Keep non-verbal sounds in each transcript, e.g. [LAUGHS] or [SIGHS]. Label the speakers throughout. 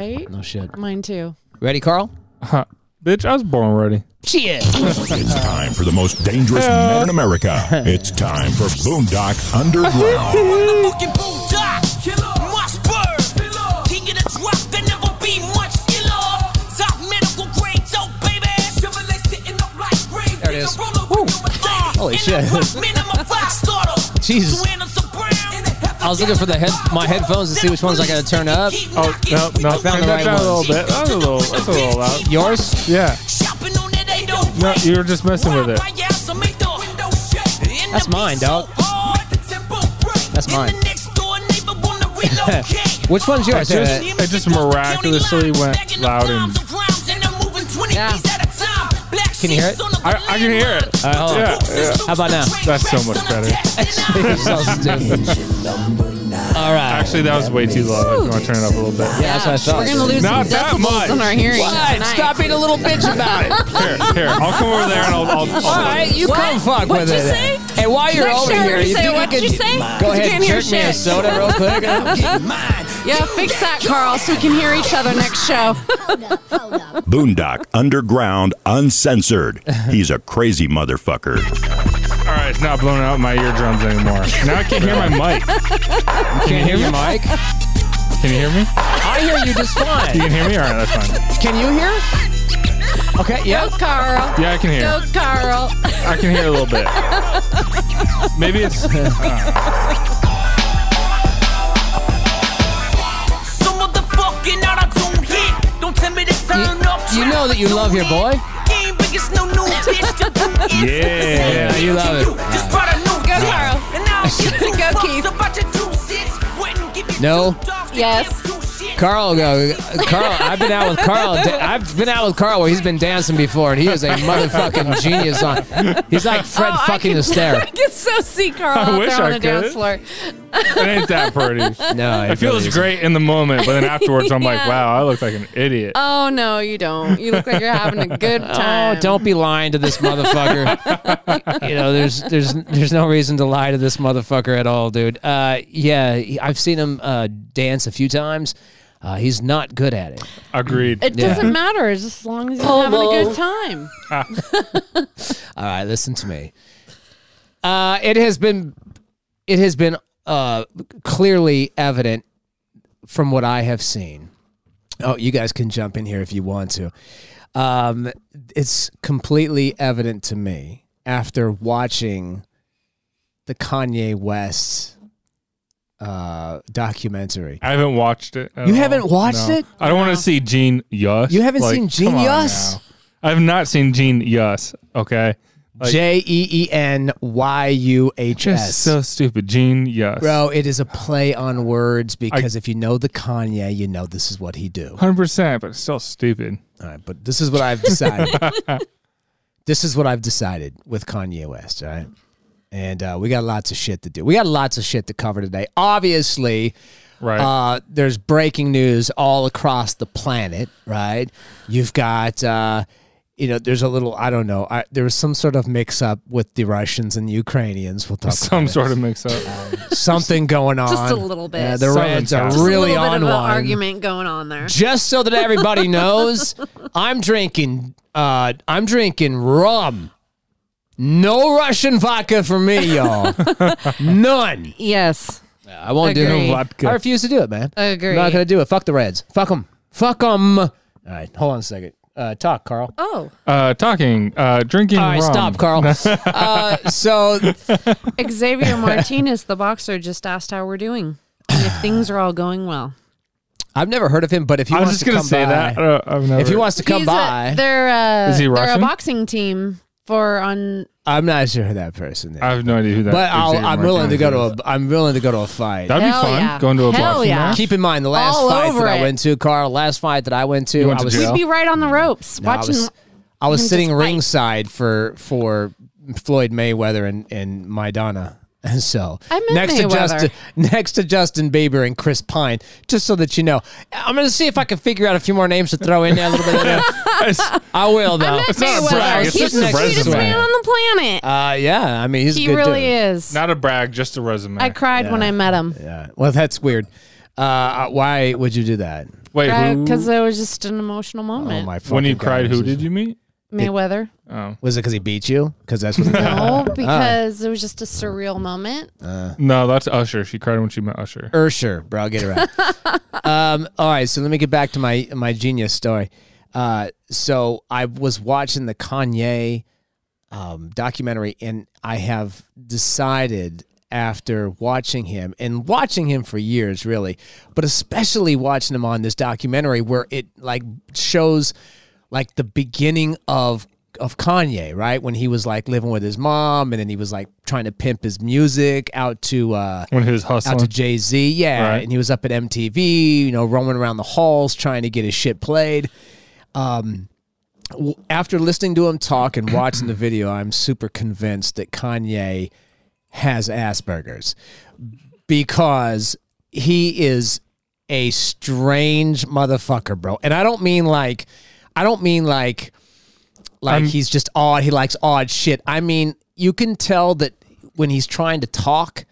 Speaker 1: Right?
Speaker 2: No Oh, shit.
Speaker 1: Mine too.
Speaker 2: Ready, Carl?
Speaker 3: Huh. Bitch, I was born ready.
Speaker 2: Shit.
Speaker 4: It's time for the most dangerous man in America. It's time for Boondock Underground.
Speaker 5: fucking bulldog. Killer. Must burn. Killer. King of the drop, there never be much killer. Top medical grade, dope, baby. Chevrolet sitting up like grave.
Speaker 2: There it is. Holy
Speaker 5: Holy
Speaker 2: shit. [LAUGHS] Jesus. I was looking for the head- my headphones to see which ones I gotta turn up.
Speaker 3: Oh, no, no.
Speaker 2: I found the
Speaker 3: turn
Speaker 2: right
Speaker 3: that down a
Speaker 2: ones.
Speaker 3: little bit. That's a little, that's a little loud.
Speaker 2: Yours?
Speaker 3: Yeah. No, you were just messing with it. oh
Speaker 2: That's mine, dog. That's mine. [LAUGHS] Which one's yours?
Speaker 3: It
Speaker 2: Uh,
Speaker 3: just- it just miraculously went loud and
Speaker 1: Yeah.
Speaker 5: Can you hear it?
Speaker 3: I, I can hear it.
Speaker 2: All right, hold on.
Speaker 3: yeah, Uh, yeah.
Speaker 2: How about now?
Speaker 3: That's so much better.
Speaker 2: You're [LAUGHS]
Speaker 3: [LAUGHS]
Speaker 2: so stupid. All right.
Speaker 3: Actually, that was way too low. You want to turn it up a little bit?
Speaker 2: Yeah, that's what I thought.
Speaker 1: Oh, We're gonna lose
Speaker 3: Not
Speaker 1: some
Speaker 3: that
Speaker 1: decibels
Speaker 3: much.
Speaker 1: in our hearing.
Speaker 2: What?
Speaker 1: tonight.
Speaker 2: Stop being a little bitch about it.
Speaker 3: Here, here. I'll come over there and I'll. I'll, I'll
Speaker 2: All right, you come fuck
Speaker 1: What'd
Speaker 2: with
Speaker 1: you
Speaker 2: it.
Speaker 1: say?
Speaker 2: And while you're
Speaker 1: Make
Speaker 2: over
Speaker 1: sure
Speaker 2: here,
Speaker 1: you
Speaker 2: you
Speaker 1: say
Speaker 2: think
Speaker 1: what
Speaker 2: you
Speaker 1: you
Speaker 2: could
Speaker 1: say, 'cause
Speaker 2: go
Speaker 1: you
Speaker 2: ahead and
Speaker 1: can't hear
Speaker 2: drink me a
Speaker 1: shit.
Speaker 2: soda real [LAUGHS] quick?
Speaker 1: Yeah, fix that, Carl, so we can hear each other next show.
Speaker 4: [LAUGHS] Boondock Underground Uncensored. He's a crazy motherfucker.
Speaker 3: All right, it's not blowing out my eardrums anymore. Now I can hear my mic.
Speaker 2: Can you hear me, Mike?
Speaker 3: Can you hear me?
Speaker 2: I hear you just
Speaker 3: You
Speaker 2: fine.
Speaker 3: can hear me? All right, that's fine.
Speaker 2: Can you hear? Okay,
Speaker 1: Go,
Speaker 2: yeah.
Speaker 1: Carl.
Speaker 3: Yeah, I can
Speaker 1: Go,
Speaker 3: hear.
Speaker 1: Carl.
Speaker 3: I can hear a little bit. Maybe it's.
Speaker 2: You know that you love your boy? [LAUGHS]
Speaker 3: Yeah.
Speaker 2: Yeah, you love it.
Speaker 1: Go, Carl. Go, Keith.
Speaker 2: No.
Speaker 1: Yes.
Speaker 2: Carl, go. Carl, I've been out with Carl. I've been out with Carl where he's been dancing before, and he is a motherfucking genius on. He's like Fred
Speaker 1: Oh, I
Speaker 2: fucking
Speaker 1: could- [LAUGHS]
Speaker 2: the
Speaker 1: I
Speaker 2: stare. [LAUGHS]
Speaker 1: can so see Carl
Speaker 3: I
Speaker 1: out
Speaker 3: wish
Speaker 1: there on
Speaker 3: I
Speaker 1: the dance
Speaker 3: could.
Speaker 1: floor.
Speaker 3: It ain't that pretty.
Speaker 2: No,
Speaker 3: It feels great in the moment, but then afterwards, I'm like,
Speaker 1: Yeah.
Speaker 3: wow, I look like an idiot.
Speaker 1: Oh, no, you don't. You look like you're having a good
Speaker 2: [LAUGHS] Oh,
Speaker 1: time.
Speaker 2: don't be lying to this motherfucker. you know, there's there's there's no reason to lie to this motherfucker at all, dude. Uh, yeah, he- I've seen him uh, dance a few times. Uh, he's not good at it.
Speaker 3: Agreed.
Speaker 1: It
Speaker 2: Yeah.
Speaker 1: doesn't matter as as long as you're having a good time.
Speaker 2: All right, listen to me. Uh, it has been it has been uh, clearly evident from what I have seen. Oh, you guys can jump in here if you want to. Um, it's completely evident to me after watching the Kanye West uh, documentary.
Speaker 3: I haven't watched it. at
Speaker 2: You
Speaker 3: all.
Speaker 2: haven't watched
Speaker 3: No.
Speaker 2: it?
Speaker 3: I don't want to see Gene Yuss.
Speaker 2: You haven't seen Gene
Speaker 3: come on
Speaker 2: Yuss?
Speaker 3: now. I have not seen Gene Yuss. Okay. Like,
Speaker 2: J E E N Y U H
Speaker 3: just
Speaker 2: S.
Speaker 3: so stupid. Gene Yuss.
Speaker 2: Bro, it is a play on words because if you know the Kanye, you know this is what he do.
Speaker 3: 100%, but it's still stupid.
Speaker 2: All right, but this is what I've
Speaker 3: [LAUGHS]
Speaker 2: decided. this is what I've decided with Kanye West, all right? And uh, we got lots of shit to do. We got lots of shit to cover today. Obviously,
Speaker 3: Right.
Speaker 2: uh, there's breaking news all across the planet, right? You've got, uh, you know, there's a little, I don't know, I, there was some sort of mix up with the Russians and Ukrainians. We'll talk
Speaker 3: Some
Speaker 2: about it.
Speaker 3: sort of mix
Speaker 2: [LAUGHS]
Speaker 3: up.
Speaker 2: something going on.
Speaker 1: just a little bit.
Speaker 2: Yeah, the
Speaker 3: Something.
Speaker 2: Reds are
Speaker 3: Just a
Speaker 1: Just
Speaker 2: really
Speaker 1: a little
Speaker 2: on
Speaker 1: bit of
Speaker 2: one.
Speaker 1: an argument going on there.
Speaker 2: Just so that
Speaker 1: [LAUGHS]
Speaker 2: everybody knows, I'm drinking. Uh, I'm drinking rum. No Russian vodka for
Speaker 1: [LAUGHS]
Speaker 2: me, y'all. None.
Speaker 1: Yes.
Speaker 2: I won't do
Speaker 1: Agreed.
Speaker 2: it.
Speaker 1: No
Speaker 3: vodka.
Speaker 2: I refuse to do it, man.
Speaker 1: Agreed.
Speaker 2: I'm not gonna do it. Fuck the Reds. Fuck them. Fuck them. All right, hold on a second. Uh, talk, Carl.
Speaker 1: Oh,
Speaker 3: Uh, talking, uh, drinking
Speaker 2: All right,
Speaker 3: rum.
Speaker 2: stop,
Speaker 3: [LAUGHS]
Speaker 2: Carl. uh, so
Speaker 1: Xavier Martinez, the boxer, just asked how we're doing and if things are all going well.
Speaker 2: I've never heard of him, but if he
Speaker 3: I was
Speaker 2: wants
Speaker 3: just
Speaker 2: to
Speaker 3: going
Speaker 2: come
Speaker 3: to say
Speaker 2: by,
Speaker 3: that. Uh, I've never,
Speaker 2: if he wants to come
Speaker 1: He's a-
Speaker 2: by,
Speaker 1: they're uh,
Speaker 3: Is he
Speaker 1: they're a
Speaker 3: Russian?
Speaker 1: boxing team for on.
Speaker 2: I'm not sure who that person is.
Speaker 3: I have no idea who that
Speaker 2: But I'll,
Speaker 3: Xavier
Speaker 2: I'm willing to
Speaker 3: Martinez
Speaker 2: go
Speaker 3: is.
Speaker 2: to a. I'm willing to go to a fight.
Speaker 3: That'd be
Speaker 1: Hell
Speaker 3: fun.
Speaker 1: yeah.
Speaker 3: Going to a
Speaker 1: Hell
Speaker 3: boxing
Speaker 1: yeah.
Speaker 2: [LAUGHS]
Speaker 3: match.
Speaker 2: Keep in mind the last
Speaker 1: All
Speaker 2: fight
Speaker 1: over
Speaker 2: that I
Speaker 1: it.
Speaker 2: went to, Carl. Last fight that I went to,
Speaker 3: You went
Speaker 2: I
Speaker 3: to
Speaker 2: was
Speaker 3: jail?
Speaker 1: We'd be right on the ropes
Speaker 2: no, I
Speaker 1: watching.
Speaker 2: was, I was
Speaker 1: just
Speaker 2: sitting
Speaker 1: fight.
Speaker 2: ringside for for Floyd Mayweather and and Maidana. [LAUGHS] And so
Speaker 1: I meant
Speaker 2: next to
Speaker 1: Mayweather.
Speaker 2: Justin, [LAUGHS] next to Justin Bieber and Chris Pine, just so that you know, I'm going to see if I can figure out a few more names to throw in there a little bit.
Speaker 3: [LAUGHS]
Speaker 2: Later.
Speaker 3: It's-
Speaker 2: I will though.
Speaker 1: Matt
Speaker 3: It's not
Speaker 1: [LAUGHS]
Speaker 3: a
Speaker 1: Mayweather.
Speaker 3: brag, it's
Speaker 1: He's
Speaker 3: just a
Speaker 1: the sweetest
Speaker 3: resume.
Speaker 1: man on the planet.
Speaker 2: Uh, yeah, I mean he's a
Speaker 1: he
Speaker 2: good
Speaker 1: really
Speaker 2: dude.
Speaker 1: is.
Speaker 3: not a brag, just a resume.
Speaker 1: I cried when I met him.
Speaker 2: Yeah. Well, that's weird. Uh, why would you do that?
Speaker 3: Wait, who?
Speaker 1: Because it was just an emotional
Speaker 2: Oh
Speaker 1: moment.
Speaker 2: my!
Speaker 3: when you
Speaker 2: fucking God,
Speaker 3: cried,
Speaker 2: this is-
Speaker 3: who did you meet?
Speaker 1: Mayweather.
Speaker 3: Oh
Speaker 2: Was it because he beat you? Because that's what [LAUGHS] he
Speaker 3: [LAUGHS]
Speaker 2: did.
Speaker 1: No,
Speaker 3: Uh-huh.
Speaker 1: because it was just a surreal
Speaker 2: [LAUGHS]
Speaker 1: moment.
Speaker 3: no, that's Usher. She cried when she met Usher.
Speaker 2: Ursher, bro. I'll get around. um, all right, so let me get back to my my genius story. Uh, so I was watching the Kanye um, documentary, and I have decided after watching him and watching him for years, really, but especially watching him on this documentary where it like shows like the beginning of of Kanye, right when he was like living with his mom, and then he was like trying to pimp his music out to uh,
Speaker 3: When he was
Speaker 2: out to
Speaker 3: hustling.
Speaker 2: Jay Z, yeah,
Speaker 3: Right.
Speaker 2: and he was up at MTV, you know, roaming around the halls trying to get his shit played. Um, w- after listening to him talk and watching the video, I'm super convinced that Kanye has Asperger's because he is a strange motherfucker, bro. And I don't mean like, I don't mean like, like he's just odd. He likes odd shit. I mean, you can tell that when he's trying to talk,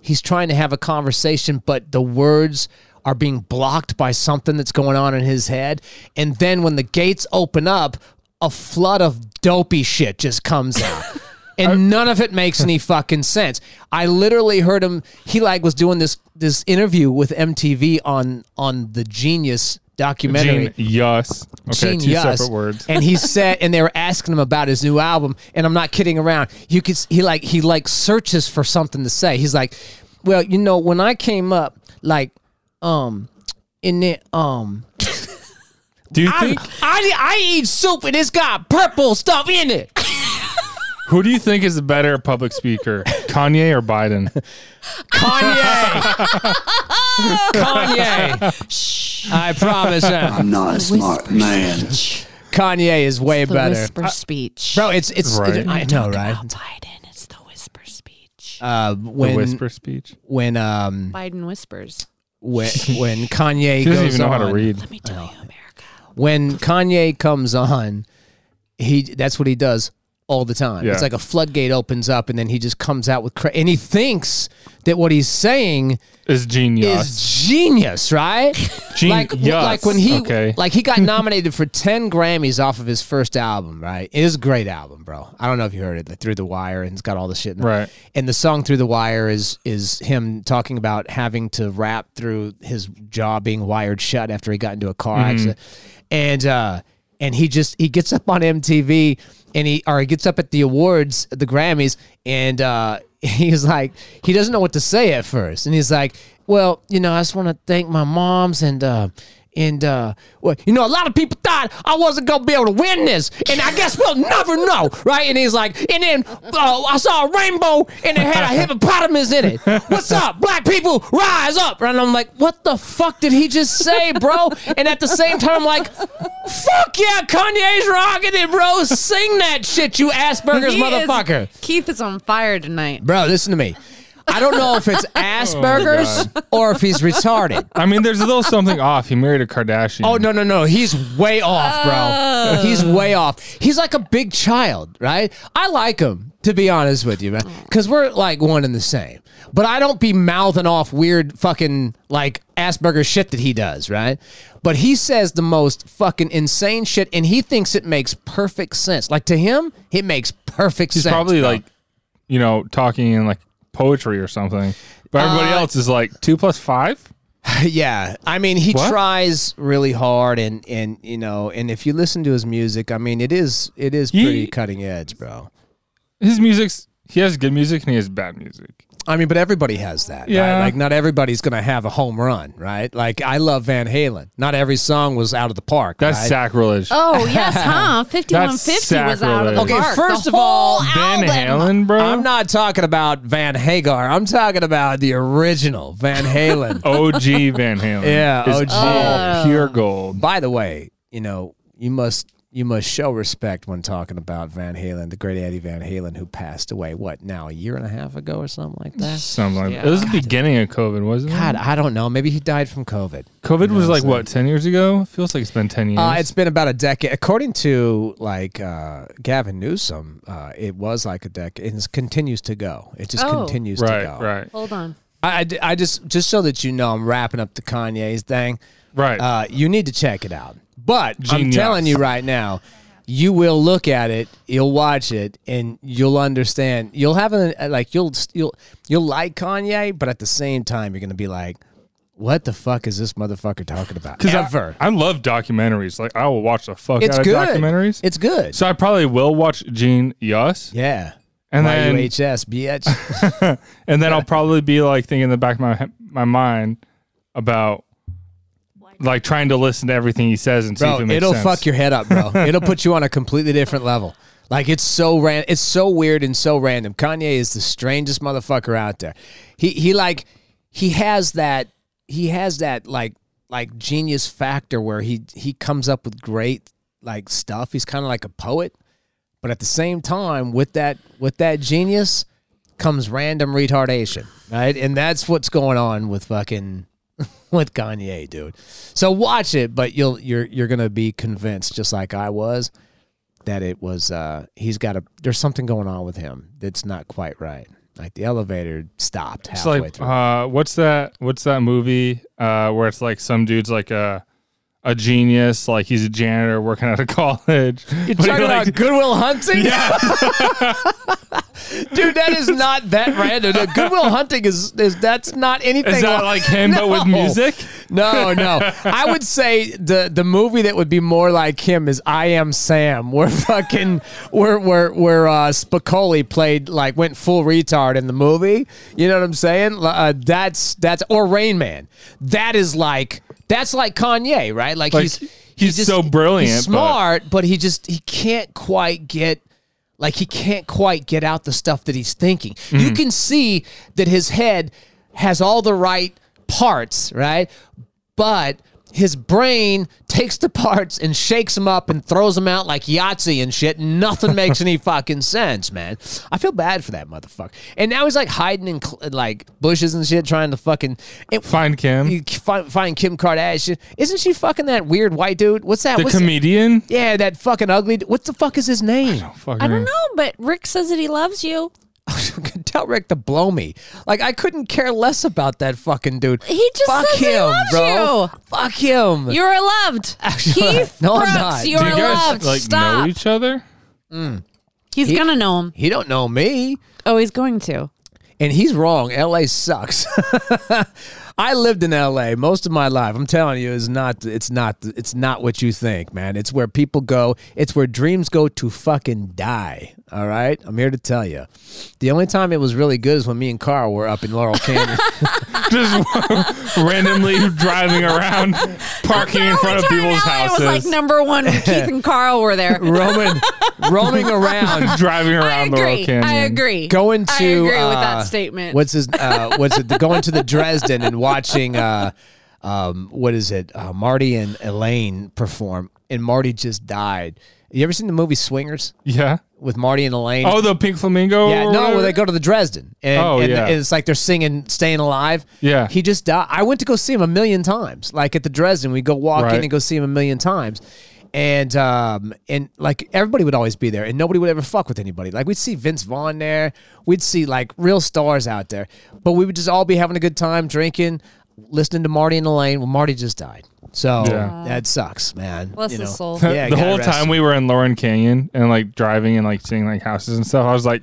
Speaker 2: he's trying to have a conversation, but the words are being blocked by something that's going on in his head. And then when the gates open up, a flood of dopey shit just comes out. And none of it makes any fucking sense. I literally heard him. He like was doing this this interview with MTV on on the Genius documentary,
Speaker 3: Gene, yes. Okay, two
Speaker 2: genius.
Speaker 3: separate words.
Speaker 2: And he said, and they were asking him about his new album, and I'm not kidding around. You could s- he like he like searches for something to say. He's like, well, you know, when I came up, like, um, and then um,
Speaker 3: Do you
Speaker 2: I,
Speaker 3: think?
Speaker 2: I I eat soup and it's got purple stuff in it.
Speaker 3: Who do you think is a better
Speaker 2: [LAUGHS]
Speaker 3: public speaker, Kanye or Biden?
Speaker 2: Kanye, Kanye, I promise him,
Speaker 6: I'm not a smart man.
Speaker 2: Kanye is way
Speaker 1: The
Speaker 2: better.
Speaker 3: Uh,
Speaker 1: whisper speech.
Speaker 2: Bro, it's it's
Speaker 3: Right.
Speaker 2: I know right.
Speaker 1: Biden, it's the whisper speech.
Speaker 2: Uh,
Speaker 3: The
Speaker 2: when
Speaker 3: whisper speech.
Speaker 2: when um
Speaker 1: Biden whispers.
Speaker 2: when, when Kanye
Speaker 3: He doesn't
Speaker 2: goes
Speaker 3: even know
Speaker 2: on,
Speaker 3: how to read.
Speaker 1: Let me tell you, America.
Speaker 2: When Kanye comes on, he that's what he does all the time.
Speaker 3: Yeah.
Speaker 2: It's like a floodgate opens up, and then he just comes out with cra- and he thinks that what he's saying
Speaker 3: Is genius.
Speaker 2: is genius, [LAUGHS] right?
Speaker 3: Gen-
Speaker 2: like w-
Speaker 3: yes.
Speaker 2: like when he
Speaker 3: Okay.
Speaker 2: like he got nominated for ten Grammys off of his first album, right? It is a great album, bro. I don't know if you heard it, like, Through the Wire, and it's got all the shit, in it.
Speaker 3: Right.
Speaker 2: And the song Through the Wire is is him talking about having to rap through his jaw being wired shut after he got into a car accident, and uh, and he just he gets up on MTV and he or he gets up at the awards, the Grammys, and uh, [LAUGHS] he's like he doesn't know what to say at first, and he's like, well, you know, I just want to thank my moms and. Uh, and uh, well, you know, a lot of people thought I wasn't gonna be able to win this, and I guess we'll never know, right? And he's like, and then uh, I saw a rainbow, and it had a hippopotamus in it.
Speaker 1: [LAUGHS]
Speaker 2: What's up, black people? Rise up! And I'm like, what the fuck did he just say, bro? And at the same time, I'm like, fuck yeah, Kanye's rocking it, bro. Sing that shit, you Asperger's
Speaker 1: He is-
Speaker 2: motherfucker,
Speaker 1: Keith is on fire tonight.
Speaker 2: bro. Listen to me. I don't know if it's Asperger's or if he's retarded.
Speaker 3: I mean, there's a
Speaker 2: [LAUGHS]
Speaker 3: little something off. He married a Kardashian.
Speaker 2: Oh no no no! He's way off, bro. He's way off. He's like a big child, right? I like him to be honest with you, man, because we're like one and the same. But I don't be mouthing off weird fucking like Asperger shit that he does, right? But he says the most fucking insane shit, and he thinks it makes perfect sense. Like to him, it makes perfect
Speaker 3: He's
Speaker 2: sense.
Speaker 3: probably
Speaker 2: bro.
Speaker 3: like, you know, talking in like poetry or something. But
Speaker 2: Uh,
Speaker 3: everybody else is like two plus five.
Speaker 2: Yeah, I mean, he
Speaker 3: What?
Speaker 2: tries really hard, and and you know, and if you listen to his music, I mean, it is it is
Speaker 3: Ye-
Speaker 2: pretty cutting edge, bro.
Speaker 3: His music's he has good music and he has bad music.
Speaker 2: I mean, but everybody has that,
Speaker 3: Yeah.
Speaker 2: right? Like, not everybody's going to have a home run, right? Like, I love Van Halen. Not every song was out of the park.
Speaker 3: That's
Speaker 2: right?
Speaker 3: sacrilege.
Speaker 1: Oh [LAUGHS] yes, huh? Fifty-one fifty was out of
Speaker 3: sacrilege.
Speaker 1: the
Speaker 2: Okay,
Speaker 1: park.
Speaker 2: first
Speaker 1: The
Speaker 2: of all,
Speaker 1: whole
Speaker 3: Van
Speaker 1: album.
Speaker 3: Halen, bro.
Speaker 2: I'm not talking about Van Hagar. I'm talking about the original
Speaker 3: [LAUGHS]
Speaker 2: Van Halen.
Speaker 3: OG Van Halen.
Speaker 2: Yeah,
Speaker 3: It's
Speaker 2: OG.
Speaker 3: all pure gold.
Speaker 2: By the way, you know, you must you must show respect when talking about Van Halen, the great Eddie Van Halen, who passed away what now a year and a half ago or something like that.
Speaker 3: Something like that. It was the beginning of COVID, wasn't
Speaker 2: God,
Speaker 3: it?
Speaker 2: I don't know. Maybe he died from COVID.
Speaker 3: COVID was like what ten years ago? Feels like it's been ten years.
Speaker 2: Uh, it's been about a decade, according to like uh, Gavin Newsom. Uh, it was like a decade, and it continues to go. It just
Speaker 1: Oh.
Speaker 2: continues
Speaker 3: right,
Speaker 2: to go.
Speaker 3: right.
Speaker 1: Hold on.
Speaker 2: I, I d- I just just so that you know, I'm wrapping up the Kanye's thing.
Speaker 3: Right.
Speaker 2: Uh, you need to check it out. But I'm
Speaker 3: Genius.
Speaker 2: telling you right now, you will look at it, you'll watch it, and you'll understand. You'll have an uh, like you'll you'll you'll like Kanye, but at the same time, you're gonna be like, "What the fuck is this motherfucker talking about?"
Speaker 3: I-
Speaker 2: Ever.
Speaker 3: I, love documentaries. Like I will watch the fuck
Speaker 2: it's
Speaker 3: out
Speaker 2: good.
Speaker 3: of documentaries.
Speaker 2: It's good.
Speaker 3: so I probably will watch Gene Yuss,
Speaker 2: yeah.
Speaker 3: And then-
Speaker 2: YUHS, bitch.
Speaker 3: and then I'll probably be like thinking in the back of my my mind about like trying to listen to everything he says and see
Speaker 2: bro,
Speaker 3: if it makes
Speaker 2: it'll
Speaker 3: sense.
Speaker 2: fuck your head up,
Speaker 3: [LAUGHS]
Speaker 2: bro. it'll put you on a completely different level. Like it's so ran, it's so weird and so random. Kanye is the strangest motherfucker out there. He he like he has that he has that like like genius factor where he he comes up with great like stuff. He's kind of like a poet, but at the same time with that with that genius comes random retardation, right? And that's what's going on with fucking [LAUGHS] with Kanye, dude. So watch it, but you'll you're you're gonna be convinced, just like I was, that it was uh he's got a there's something going on with him that's not quite right. Like the elevator stopped
Speaker 3: It's
Speaker 2: halfway
Speaker 3: like
Speaker 2: through.
Speaker 3: uh, what's that? What's that movie uh, where it's like some dude's like a a genius, like he's a janitor working at a [LAUGHS] college. You're
Speaker 2: Talking about Goodwill Hunting, [LAUGHS] dude. That is not that random. No, Goodwill Hunting is, is that's not anything.
Speaker 3: is that like him but with
Speaker 2: No.
Speaker 3: music?
Speaker 2: No, no. I would say the the movie that would be more like him is I Am Sam, where fucking where where where uh, Spicoli played like went full retard in the movie. You know what I'm saying? L- Uh, that's that's or Rain Man. That is like that's like Kanye, right? Like,
Speaker 3: Like,
Speaker 2: he's
Speaker 3: he's so brilliant,
Speaker 2: he's
Speaker 3: but-
Speaker 2: smart, but he just he can't quite get like he can't quite get out the stuff that he's thinking.
Speaker 3: Mm-hmm.
Speaker 2: You can see that his head has all the right parts, right? But his brain takes the parts and shakes them up and throws them out like Yahtzee and shit. and Nothing makes
Speaker 3: [LAUGHS]
Speaker 2: any fucking sense, man. I feel bad for that motherfucker. And now he's like hiding in cl- like bushes and shit, trying to fucking it,
Speaker 3: Find Kim,
Speaker 2: you find, find Kim Kardashian. Isn't she fucking that weird white dude? What's that?
Speaker 3: the
Speaker 2: What's-
Speaker 3: comedian.
Speaker 2: yeah, that fucking ugly. d- What the fuck is his name? [LAUGHS]
Speaker 3: Fucking
Speaker 7: I don't know, but Rick says that he loves you.
Speaker 2: Tell Rick to blow me. Like I couldn't care less about that fucking dude.
Speaker 7: He just
Speaker 2: fuck
Speaker 7: says
Speaker 2: him,
Speaker 7: he loves
Speaker 2: bro.
Speaker 7: you.
Speaker 2: Fuck him.
Speaker 7: You are loved. Keith
Speaker 2: [LAUGHS] No, I'm
Speaker 7: Brooks,
Speaker 2: not.
Speaker 7: you
Speaker 3: Do
Speaker 7: are
Speaker 3: you guys
Speaker 7: loved.
Speaker 3: like
Speaker 7: Stop.
Speaker 3: know each other?
Speaker 1: He's
Speaker 2: He-
Speaker 1: gonna know him.
Speaker 2: he don't know me,
Speaker 1: Oh, he's going to.
Speaker 2: and he's wrong. L.A. sucks. [LAUGHS] I lived in L.A. most of my life. I'm telling you, it's not. It's not. It's not what you think, man. It's where people go. It's where dreams go to fucking die. All right, I'm here to tell you. The only time it was really good is when me and Carl were up in Laurel Canyon.
Speaker 3: Just [LAUGHS] randomly
Speaker 7: [LAUGHS]
Speaker 3: driving around, parking in front of people's
Speaker 7: I
Speaker 3: houses,
Speaker 7: was like number
Speaker 2: [LAUGHS]
Speaker 7: one when Keith and Carl were there.
Speaker 2: roaming, roaming around.
Speaker 3: driving
Speaker 7: I
Speaker 3: around the
Speaker 7: agree.
Speaker 3: Laurel Canyon.
Speaker 7: I agree.
Speaker 2: Going to
Speaker 7: I agree with
Speaker 2: uh,
Speaker 7: that statement.
Speaker 2: What's his? Uh, what's it? The, going
Speaker 7: [LAUGHS]
Speaker 2: to the Dresden and watching. Uh, um, what is it? Uh, Marty and Elaine perform, and Marty just died. You ever seen the movie Swingers
Speaker 3: Yeah.
Speaker 2: with Marty and Elaine?
Speaker 3: Oh, the pink flamingo.
Speaker 2: yeah,
Speaker 3: or
Speaker 2: no,
Speaker 3: whatever?
Speaker 2: where they go to the Dresden, and,
Speaker 3: Oh,
Speaker 2: and-
Speaker 3: yeah.
Speaker 2: and it's like they're singing "Staying Alive."
Speaker 3: Yeah.
Speaker 2: he just died. I went to go see him a million times. Like at the Dresden, we go walk in
Speaker 3: Right.
Speaker 2: and go see him a million times, and um and like everybody would always be there, and nobody would ever fuck with anybody. Like we'd see Vince Vaughn there, we'd see like real stars out there, but we would just all be having a good time drinking, listening to Marty and Elaine. Well, Marty just died, so
Speaker 3: Yeah.
Speaker 2: that sucks, man.
Speaker 7: Bless his soul.
Speaker 2: Yeah,
Speaker 3: the
Speaker 2: God
Speaker 3: whole
Speaker 2: rest
Speaker 3: time we were in Lauren Canyon and like driving and like seeing like houses and stuff, I was like,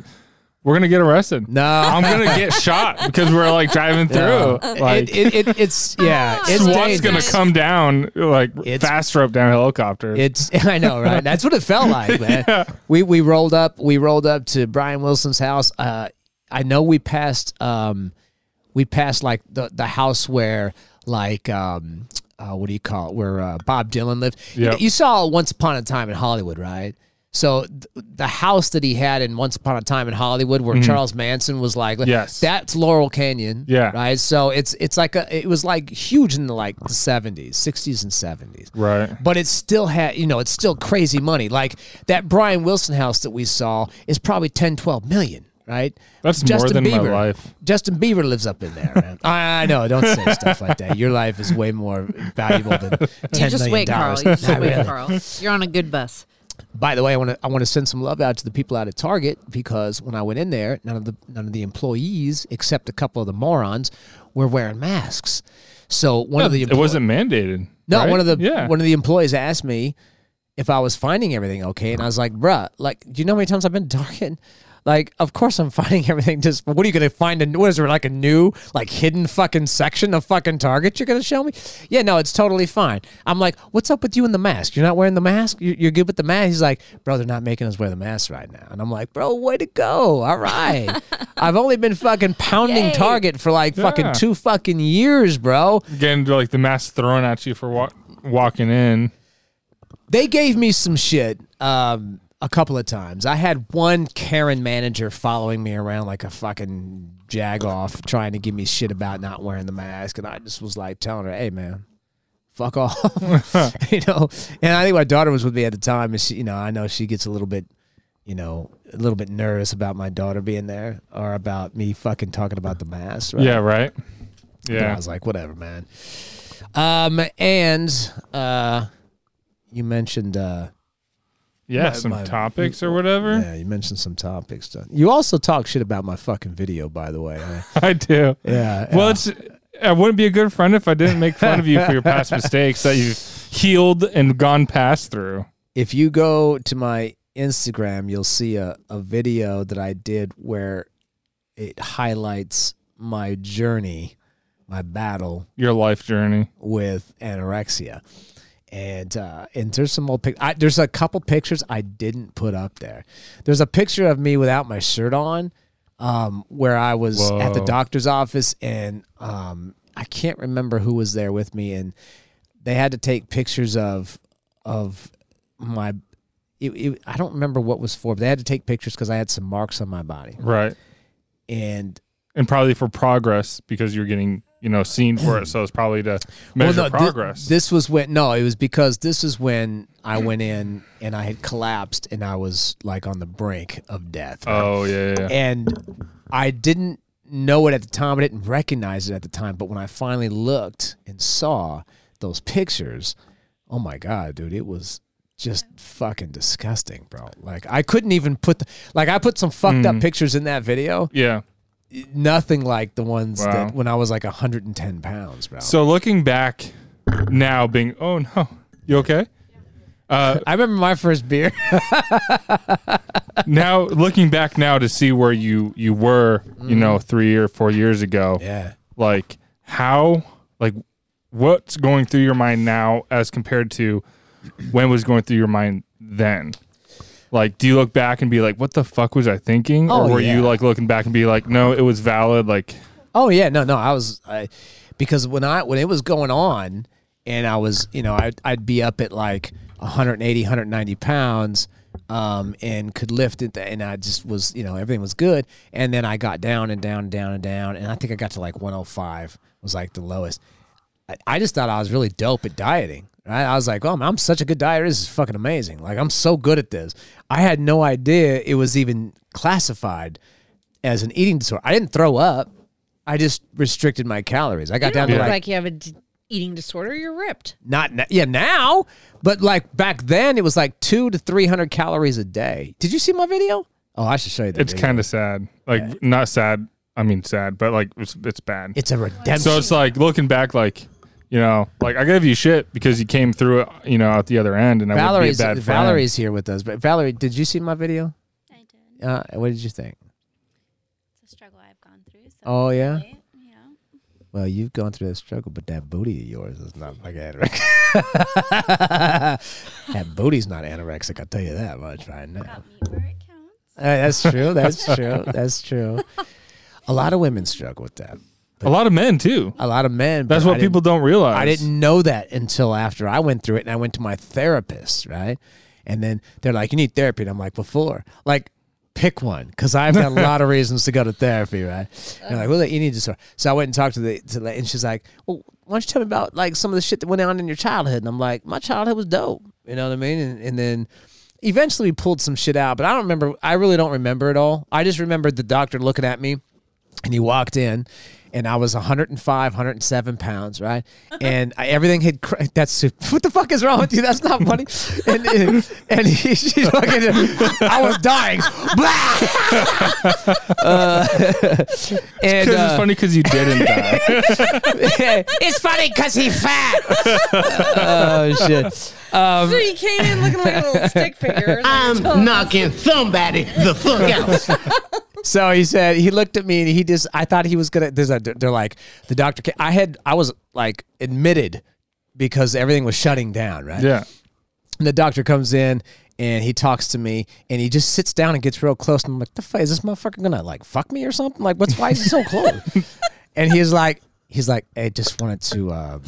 Speaker 3: "We're gonna get arrested.
Speaker 2: No.
Speaker 3: [LAUGHS] I'm gonna
Speaker 2: [LAUGHS]
Speaker 3: get shot because we're like driving through.
Speaker 2: Uh, It-
Speaker 3: Like
Speaker 2: it, it, it's
Speaker 7: [LAUGHS]
Speaker 2: yeah, it's
Speaker 3: SWAT's gonna
Speaker 2: dangerous.
Speaker 3: come down like
Speaker 2: It's-
Speaker 3: fast rope down a helicopter.
Speaker 2: It's [LAUGHS] I know, right? That's what it
Speaker 3: [LAUGHS]
Speaker 2: felt like, man. We we rolled up, we rolled up to Brian Wilson's house. Uh, I know we passed, um, we passed like the the house where like um, uh, what do you call it? Where uh, Bob Dylan lived. You
Speaker 3: Yep.
Speaker 2: know, You, saw Once Upon a Time in Hollywood, right? So th- the house that he had in Once Upon a Time in Hollywood, where Charles Manson was like,
Speaker 3: Mm-hmm. Yes.
Speaker 2: that's Laurel Canyon,
Speaker 3: Yeah.
Speaker 2: right? So it's it's like a it was like huge in the like the seventies, sixties, and seventies,
Speaker 3: right.
Speaker 2: but it still had you know it's still crazy money like that brian wilson house that we saw is probably 10 12 million right
Speaker 3: That's more than my life.
Speaker 2: justin bieber lives up in there man. I, I know don't say stuff like that your life is way more valuable than ten million
Speaker 1: [LAUGHS] You just wait,
Speaker 2: dollars [LAUGHS]
Speaker 1: Carl. You just
Speaker 2: Not
Speaker 1: wait,
Speaker 2: really.
Speaker 1: Carl. You're on a good bus.
Speaker 2: By the way, I want to I want to send some love out to the people out at Target because when I went in there, none of the none of the employees, except a couple of the morons, were wearing masks. So one of the
Speaker 3: it wasn't mandated.
Speaker 2: no,
Speaker 3: right?
Speaker 2: one of the
Speaker 3: yeah.
Speaker 2: one of the employees asked me if I was finding everything okay, and I was like, "Bruh, like, do you know how many times I've been to Target? [LAUGHS] Like, of course I'm finding [LAUGHS] everything. Just what are you gonna find? A, what is there like a new like hidden fucking section of fucking Target you're gonna show me? Yeah, no, it's totally fine. I'm like, what's up with you and the mask? You're not wearing the mask. You- You're good with the mask. He's like, bro, they're not making us wear the mask right now. And I'm like, bro, way to go. All
Speaker 3: [LAUGHS]
Speaker 2: right, I've only been fucking pounding
Speaker 7: Yay.
Speaker 2: Target for like
Speaker 3: Yeah.
Speaker 2: fucking two fucking years, bro.
Speaker 3: Getting like the mask thrown at you for wa- walking in.
Speaker 2: they gave me some shit um, a couple of times. I had one Karen manager following me around like a fucking jagoff, trying to give me shit about not wearing the mask, and I just was like telling her, "Hey, man." Fuck off, [LAUGHS] you know. And I think my daughter was with me at the time, and she, you know, I know she gets a little bit, you know, a little bit nervous about my daughter being there or about me fucking talking about the mask. Right?
Speaker 3: Yeah, right.
Speaker 2: And I
Speaker 3: Yeah.
Speaker 2: was like, whatever, man. Um, and uh, you mentioned uh,
Speaker 3: Yeah, some
Speaker 2: my-
Speaker 3: topics or whatever.
Speaker 2: Yeah, you mentioned some topics. Don. You also talk shit about my fucking video, by the way.
Speaker 3: [LAUGHS] I do.
Speaker 2: [LAUGHS] yeah.
Speaker 3: Well, it's I wouldn't be a good friend if I didn't make fun of you for
Speaker 2: [LAUGHS]
Speaker 3: your past mistakes that you've healed and gone past through.
Speaker 2: if you go to my Instagram, you'll see a, a video that I did where it highlights my journey, my battle
Speaker 3: Your life journey.
Speaker 2: with anorexia. And uh, and there's some old pic- I, there's a couple pictures I didn't put up there. There's a picture of me without my shirt on, um, where I was at the
Speaker 3: Whoa.
Speaker 2: doctor's office, and um, I can't remember who was there with me, and they had to take pictures of of my. It, it, I don't remember what was for, but they had to take pictures because I had some marks on my body,
Speaker 3: Right.
Speaker 2: and
Speaker 3: And probably for progress because you're getting, you know, seen for it. So it's probably
Speaker 2: Well,
Speaker 3: to measure
Speaker 2: no, thi-
Speaker 3: progress.
Speaker 2: this was when no, it was because this is when I went in and I had collapsed and I was like on the brink of death.
Speaker 3: oh, yeah, yeah, yeah.
Speaker 2: And I didn't know it at the time. I didn't recognize it at the time. But when I finally looked and saw those pictures, oh my god, dude, it was just fucking disgusting, bro. Like I couldn't even put the, like I put some fucked
Speaker 3: Mm.
Speaker 2: up pictures in that video.
Speaker 3: Yeah.
Speaker 2: Nothing like the ones
Speaker 3: Wow.
Speaker 2: that when I was like 110 pounds, bro.
Speaker 3: So looking back now, being, oh, no.
Speaker 2: [LAUGHS]
Speaker 3: You okay?
Speaker 2: I remember my first beer.
Speaker 3: Now looking back now to see where you you were, you know, three or four years ago.
Speaker 2: Mm. [LAUGHS] yeah.
Speaker 3: like how like what's going through your mind now as compared to when was going through your mind then like do you look back and be like what the fuck was i thinking
Speaker 2: Oh,
Speaker 3: or were you
Speaker 2: yeah.
Speaker 3: like looking back and be like no it was valid like
Speaker 2: Oh yeah, no, no. I was I, because when I when it was going on, and I was you know I'd, I'd be up at like 180, 190 pounds, um, and could lift it, and I just was you know everything was good, and then I got down and down and down and down, and I think I got to like 105 was like the lowest. I, I just thought I was really dope at dieting. Right? I was like, oh, man, I'm such a good dieter. This is fucking amazing. Like I'm so good at this. I had no idea it was even classified as an eating disorder. I didn't throw up. I just restricted my calories. I got down
Speaker 1: You
Speaker 2: to
Speaker 1: look
Speaker 2: like,
Speaker 1: like you have an eating disorder. You're ripped.
Speaker 2: not n- yeah now, but like back then it was like two to three hundred calories a day. Did you see my video? Oh, I should show you. The
Speaker 3: it's kind of sad like not sad i mean sad but like it's, it's bad
Speaker 2: it's a redemption.
Speaker 3: so it's like looking back like you know like i gave you shit because you came through it you know at the other end and i would be a
Speaker 2: Valerie's
Speaker 3: bad friend.
Speaker 2: Valerie's here with us. But Valerie, did you see my video?
Speaker 8: I did.
Speaker 2: Uh, what did you think?
Speaker 8: It's a struggle I've gone through. So
Speaker 2: Oh, yeah?
Speaker 8: right, You know,
Speaker 2: Well, you've gone through that struggle, but that booty of yours is not like
Speaker 3: [LAUGHS]
Speaker 2: anorexic. [LAUGHS] that booty's not anorexic. I'll tell you that much right now.
Speaker 8: got me where it counts.
Speaker 2: Uh, that's true. That's
Speaker 3: [LAUGHS]
Speaker 2: true. That's true. A lot of women struggle with that.
Speaker 3: a lot of men too
Speaker 2: A lot of men. but
Speaker 3: that's
Speaker 2: I
Speaker 3: what
Speaker 2: didn't-
Speaker 3: people don't realize
Speaker 2: I didn't know that until after I went through it and I went to my therapist, right? And then they're like, you need therapy. And I'm like, what for? Like, pick one because I've got a lot of reasons to go to therapy, right? And they're like, well, you need to start. So I went and talked to the, to the, and she's like, well, why don't you tell me about like some of the shit that went on in your childhood? And I'm like, my childhood was dope. You know what I mean? And, and then, Eventually, we pulled some shit out, but I don't remember. I really don't remember it all. I just remembered the doctor looking at me and he walked in and I was 105, 107 pounds, right? And I, everything had cr- that's su- [LAUGHS] what the fuck is wrong with you? That's not funny. And and, and he, [LAUGHS] she's fucking. I was dying. [LAUGHS] Blah. Uh, and
Speaker 3: Because
Speaker 2: uh,
Speaker 3: it's funny because you didn't die.
Speaker 2: [LAUGHS] it's funny because he fat. oh shit.
Speaker 1: [LAUGHS] So you came in looking like a
Speaker 2: [LAUGHS]
Speaker 1: little stick figure. I'm
Speaker 9: knocking somebody the fuck out.
Speaker 2: So he said he looked at me and he just I thought he was gonna. There's a they're like the doctor. Ca- I had I was like admitted because everything was shutting down, right?
Speaker 3: yeah.
Speaker 2: And the doctor comes in and he talks to me and he just sits down and gets real close. And I'm like, the fuck is this motherfucker gonna like fuck me or something? Like, what's why is he so close? and he's like, he's like, hey, just wanted to uh,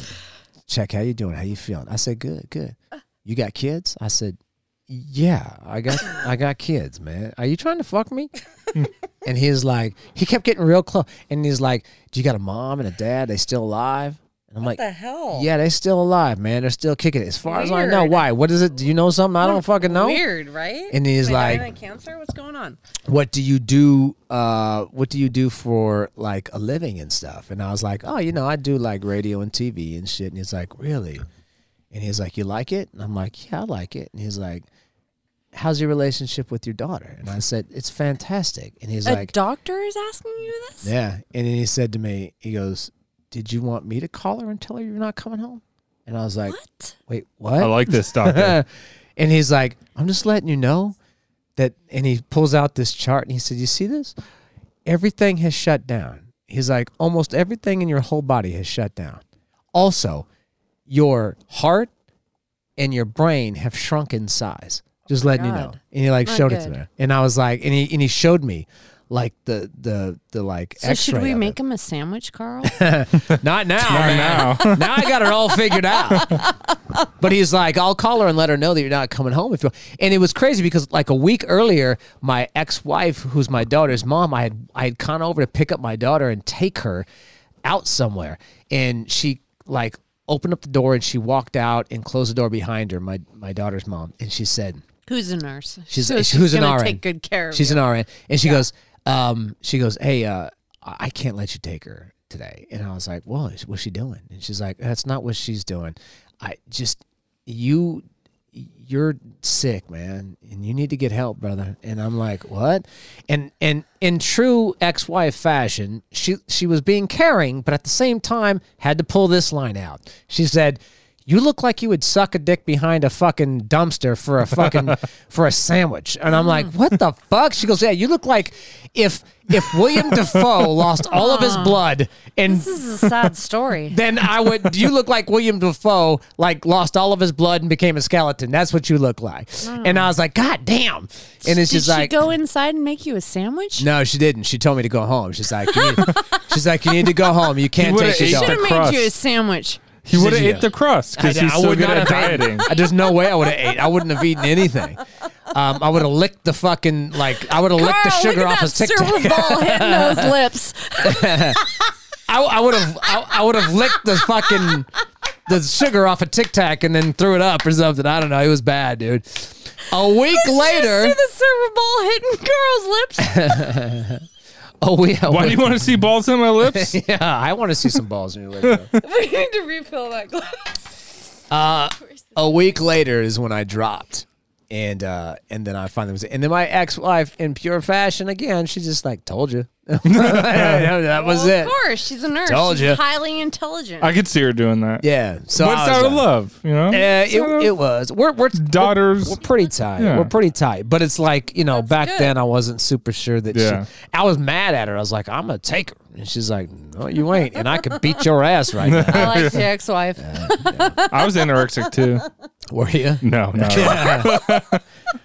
Speaker 2: check how you doing, how you feeling. I said, good, good. You got kids? I said, yeah, I got I got kids, man. Are you trying to fuck me? and he's like, he kept getting real close. And he's like, do you got a mom and a dad? They still alive? And I'm like,
Speaker 1: the hell?
Speaker 2: yeah, they're still alive, man. They're still kicking it. As far as I know,
Speaker 1: Weird.
Speaker 2: why? What is it? Do you know something I don't fucking know?
Speaker 1: Weird, right?
Speaker 2: Oh. And he's
Speaker 1: Wait,
Speaker 2: like-
Speaker 1: I had cancer? What's going on?
Speaker 2: What do you do? Uh, what do you do for like a living and stuff? And I was like, oh, you know, I do like radio and TV and shit. And he's like, really? And he's like, you like it? And I'm like, yeah, I like it. And he's like, how's your relationship with your daughter? And I said, it's fantastic. And he's
Speaker 1: a
Speaker 2: like,
Speaker 1: doctor is asking you this?
Speaker 2: yeah. And then he said to me, he goes, did you want me to call her and tell her you're not coming home? And I was like,
Speaker 1: What?
Speaker 2: wait, what?
Speaker 3: I like
Speaker 2: [LAUGHS]
Speaker 3: this doctor.
Speaker 2: and he's like, I'm just letting you know that. And he pulls out this chart and he said, You see this? Everything has shut down. He's like, Almost everything in your whole body has shut down. Also, your heart and your brain have shrunk in size. Just letting you know.
Speaker 1: God.
Speaker 2: And he like
Speaker 1: Not
Speaker 2: showed it to
Speaker 1: good.
Speaker 2: me. And I was like, and he and he showed me like the the the like
Speaker 1: So
Speaker 2: x-ray
Speaker 1: should we
Speaker 2: of
Speaker 1: make
Speaker 2: it.
Speaker 1: him a sandwich, Carl?
Speaker 2: [LAUGHS] not now man
Speaker 3: Not now.
Speaker 2: [LAUGHS] now I got it all figured out. But he's like, I'll call her and let her know that you're not coming home if you. And it was crazy because like a week earlier, my ex-wife, who's my daughter's mom, I had I had gone over to pick up my daughter and take her out somewhere, and she like opened up the door and she walked out and closed the door behind her, my my daughter's mom, and she said.
Speaker 1: Who's a nurse?
Speaker 2: She's,
Speaker 1: So
Speaker 2: she's, who's an
Speaker 1: gonna
Speaker 2: RN.
Speaker 1: take good care of
Speaker 2: She's
Speaker 1: you.
Speaker 2: an RN, and she goes, um, she goes, hey, uh, I I can't let you take her today. And I was like, well, is- what's she doing? And she's like, that's not what she's doing. I just you, you're sick, man, and you need to get help, brother. And I'm like, what? And and in true ex-wife fashion, she she was being caring, but at the same time had to pull this line out. She said. You look like you would suck a dick behind a fucking dumpster for a
Speaker 1: [LAUGHS]
Speaker 2: fucking for a sandwich. And I'm like, what
Speaker 1: Mm.
Speaker 2: the fuck? She goes, Yeah, you look like if if
Speaker 1: [LAUGHS]
Speaker 2: William Defoe lost all of his blood and
Speaker 1: Uh-huh. This is a sad story.
Speaker 2: then I would you look like William Defoe, like lost all of his blood and became a skeleton. That's what you look like. And I was like, God damn. And it's
Speaker 1: Mm. Did
Speaker 2: just
Speaker 1: she
Speaker 2: like
Speaker 1: go inside and make you a sandwich?
Speaker 2: No, she didn't. She told me to go home. She's like, you
Speaker 1: [LAUGHS]
Speaker 2: need- She's like, you need to go home. You can't
Speaker 3: would've
Speaker 2: take your
Speaker 3: ate
Speaker 2: dog.
Speaker 1: Should have
Speaker 3: The
Speaker 1: made
Speaker 3: crust.
Speaker 1: you a sandwich.
Speaker 3: He would have
Speaker 2: Yeah.
Speaker 3: ate the crust because
Speaker 2: I-
Speaker 3: he's
Speaker 2: I
Speaker 3: so
Speaker 2: would
Speaker 3: good
Speaker 2: not
Speaker 3: at
Speaker 2: have
Speaker 3: dieting.
Speaker 2: I- There's no way I would have ate. I wouldn't have eaten anything. Um, I would have licked the fucking like. I would have licked the
Speaker 1: Carl,
Speaker 2: sugar
Speaker 1: look at
Speaker 2: off
Speaker 1: that
Speaker 2: his TikTok.
Speaker 1: Super Bowl hitting those lips.
Speaker 2: I, I would have. I, I would have licked the fucking the sugar off a Tic Tac and then threw it up or something. I don't know. It was bad, dude. A week
Speaker 1: Did you
Speaker 2: later,
Speaker 1: see the Super Bowl hitting Carl's lips?
Speaker 2: oh we. Yeah,
Speaker 3: Why do you want to see balls in
Speaker 2: [LAUGHS]
Speaker 3: my lips?
Speaker 2: yeah, I want to see some balls in your lips. though.
Speaker 1: [LAUGHS] we need to refill that glass.
Speaker 2: a week later is when I dropped. And uh, and then I finally was, and then my ex wife, in pure fashion, again, she just like told you. [LAUGHS] that was it.
Speaker 1: Of course, she's a nurse.
Speaker 2: Told
Speaker 1: she's
Speaker 2: ya.
Speaker 1: highly intelligent.
Speaker 3: I could see her doing that.
Speaker 2: Yeah. So
Speaker 3: What's
Speaker 2: I was
Speaker 3: out of
Speaker 2: like-
Speaker 3: love? You know?
Speaker 2: Yeah, it, it was. We're we're
Speaker 3: Daughters.
Speaker 2: We're, we're pretty tight.
Speaker 3: Yeah.
Speaker 2: We're pretty tight. But it's like you know, back
Speaker 1: good.
Speaker 2: then I wasn't super sure that
Speaker 3: Yeah.
Speaker 2: she. I was mad at her. I was like, I'm gonna take her, and she's like, No, you ain't, and I could beat your ass right
Speaker 3: [LAUGHS]
Speaker 2: now.
Speaker 1: I like the ex-wife.
Speaker 3: I was
Speaker 2: [LAUGHS]
Speaker 3: anorexic too.
Speaker 2: Were you?
Speaker 3: No,
Speaker 2: [LAUGHS]
Speaker 3: no.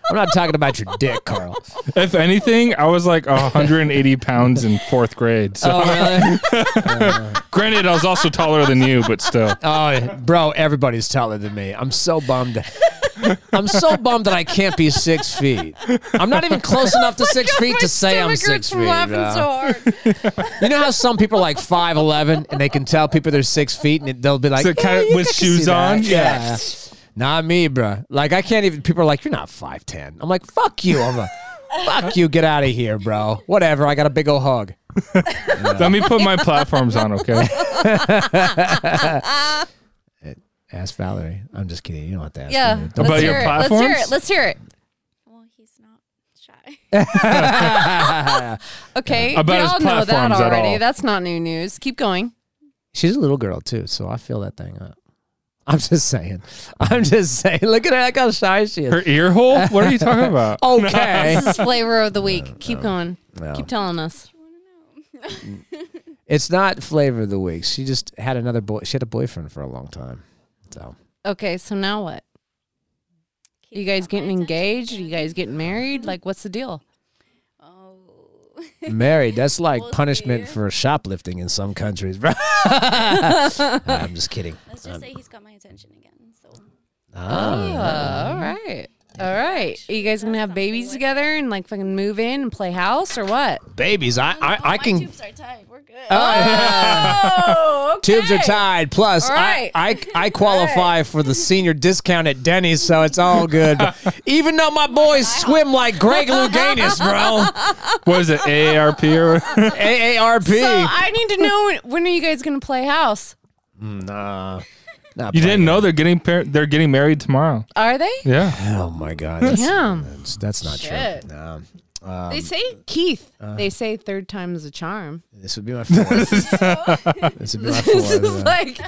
Speaker 2: I'm not talking about your dick, Carl.
Speaker 3: If anything, I was like 180 pounds in fourth grade. So,
Speaker 2: really? Uh.
Speaker 3: granted, I was also taller than you,
Speaker 2: [LAUGHS]
Speaker 3: but still.
Speaker 2: oh, bro, everybody's taller than me. I'm so bummed. I'm so bummed that I can't be six feet. I'm not even close enough
Speaker 1: [LAUGHS]
Speaker 2: to six feet to say I'm six feet. bro. [LAUGHS]
Speaker 1: hard.
Speaker 2: You know how some people are like five eleven and they can tell people they're six feet and they'll be like
Speaker 3: So kind of
Speaker 2: "Yeah,
Speaker 3: with
Speaker 2: I can
Speaker 3: shoes
Speaker 2: see that."
Speaker 3: on?
Speaker 2: Yeah. Not me, bruh. Like I can't even. People are like, "You're not five ten. I'm like, "Fuck you!" I'm a, Fuck you, get out of here, bro. Whatever, I got a big old hug.
Speaker 3: Let me put my platforms on, okay?
Speaker 2: Ask Valerie. I'm just kidding. You don't have to ask.
Speaker 7: Yeah.
Speaker 2: me.
Speaker 3: About
Speaker 7: Let's
Speaker 3: your
Speaker 7: hear it. Let's hear
Speaker 3: platforms?
Speaker 7: it. Let's hear it.
Speaker 8: Well, he's not
Speaker 1: [LAUGHS]
Speaker 8: shy.
Speaker 1: Okay,
Speaker 3: About
Speaker 1: we
Speaker 3: his
Speaker 1: all know that
Speaker 3: platforms at
Speaker 1: already.
Speaker 3: all.
Speaker 1: That's not new news. Keep going.
Speaker 2: She's a little girl too, so I feel that thing up. I'm just saying. I'm just saying. Look at her. Look how shy she is.
Speaker 3: Her ear hole? What are you
Speaker 2: [LAUGHS]
Speaker 3: talking about?
Speaker 2: [LAUGHS] Okay.
Speaker 1: This is flavor of the
Speaker 3: [LAUGHS]
Speaker 1: week. Keep going. Keep telling us.
Speaker 2: it's not flavor of the week. She just had another boy. She had a boyfriend for a long time. So
Speaker 1: Okay, so now what?
Speaker 8: Keep
Speaker 1: You guys
Speaker 8: got my
Speaker 1: getting
Speaker 8: attention.
Speaker 1: engaged? Are you guys getting married? Like, what's the deal?
Speaker 8: Oh.
Speaker 2: [LAUGHS] married. That's like
Speaker 8: Well,
Speaker 2: punishment
Speaker 8: see.
Speaker 2: for shoplifting in some countries,
Speaker 1: [LAUGHS]
Speaker 2: bro. [LAUGHS] I'm just kidding.
Speaker 8: Let's just say he's got my attention again. So
Speaker 1: all right. All right. Are you guys going to have babies together and like fucking move in and play house or what?
Speaker 2: Babies, I I,
Speaker 8: Oh,
Speaker 2: I
Speaker 8: my
Speaker 2: can.
Speaker 8: tubes are tied. We're good.
Speaker 1: [LAUGHS] Oh,
Speaker 2: Tubes are tied. Plus,
Speaker 1: All right.
Speaker 2: I, I I qualify for the senior discount at Denny's, so it's all good.
Speaker 1: [LAUGHS]
Speaker 2: Even though my boys swim like Greg Louganis, bro,
Speaker 1: [LAUGHS]
Speaker 3: What is it, AARP or [LAUGHS]
Speaker 2: AARP.
Speaker 1: So I need to know when, when are you guys going to play house?
Speaker 2: nah, not
Speaker 3: You
Speaker 2: playing.
Speaker 3: didn't know they're getting par- they're getting married tomorrow.
Speaker 1: Are they?
Speaker 3: Yeah.
Speaker 2: Oh my god, that's, [LAUGHS]
Speaker 1: Damn.
Speaker 2: that's, that's not
Speaker 1: Shit.
Speaker 2: true. Nah, Um,
Speaker 1: They say Keith.
Speaker 2: uh,
Speaker 1: they say third time's a charm.
Speaker 2: this would be
Speaker 1: [LAUGHS]
Speaker 2: my fourth. this would be my fourth.
Speaker 1: This is
Speaker 2: uh,
Speaker 1: like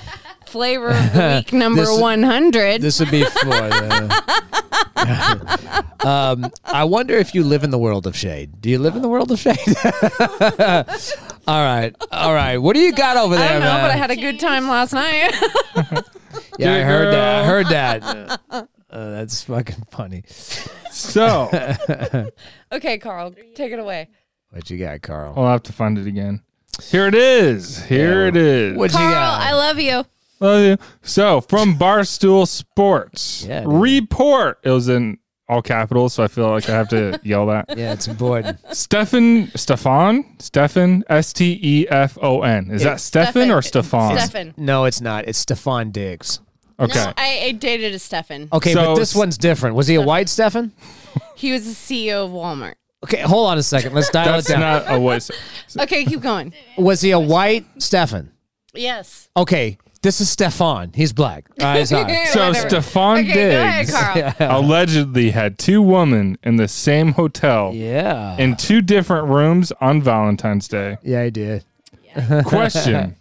Speaker 1: flavor of the
Speaker 2: [LAUGHS]
Speaker 1: week number
Speaker 2: This-
Speaker 1: 100.
Speaker 2: This would be for. uh, [LAUGHS] um, I wonder if you live in the world of shade. Do you live in the world of shade? [LAUGHS] all right, all right. What do you got over
Speaker 1: I
Speaker 2: there,
Speaker 1: don't know,
Speaker 2: man?
Speaker 1: but I had a good time last night. [LAUGHS]
Speaker 2: yeah, I
Speaker 3: Dear
Speaker 2: heard that. I
Speaker 3: girl.
Speaker 2: heard that. [LAUGHS] Uh, that's fucking funny.
Speaker 3: So
Speaker 1: okay, Carl, take it away.
Speaker 2: What you got, Carl?
Speaker 3: I'll have to find it again. Here it is. Here it is.
Speaker 2: What you
Speaker 1: Carl,
Speaker 8: Oh,
Speaker 2: got?
Speaker 1: I love you.
Speaker 3: Love you. So from Barstool Sports
Speaker 2: Yeah, dude.
Speaker 3: report. It was in all capitals, so I feel like I have to yell that.
Speaker 2: yeah, it's important.
Speaker 3: Stefan Stefan Stefan S T E F O N. Is that Stefan or
Speaker 1: [LAUGHS]
Speaker 3: Stefan?
Speaker 1: Stefan.
Speaker 2: No, it's not. It's Stefan Diggs.
Speaker 3: Okay.
Speaker 1: No, I, I dated a Stefan.
Speaker 2: Okay,
Speaker 3: So-
Speaker 2: but this one's different. Was he a white Stefan?
Speaker 1: He was the CEO of Walmart.
Speaker 2: Okay, hold on a second. Let's dial
Speaker 3: That's
Speaker 2: it down.
Speaker 3: not a voice.
Speaker 1: Okay, keep going.
Speaker 2: Was he a white Stefan?
Speaker 1: [LAUGHS] Yes.
Speaker 2: Okay, this is Stefan. He's black. All right,
Speaker 1: [LAUGHS]
Speaker 2: sorry.
Speaker 3: So
Speaker 1: Whatever.
Speaker 3: Stefan
Speaker 1: Okay, go ahead,
Speaker 2: [LAUGHS]
Speaker 3: Diggs
Speaker 1: Carl.
Speaker 3: [LAUGHS] allegedly had two women in the same hotel
Speaker 2: yeah.
Speaker 3: in two different rooms on Valentine's Day.
Speaker 2: yeah, I did.
Speaker 3: Question.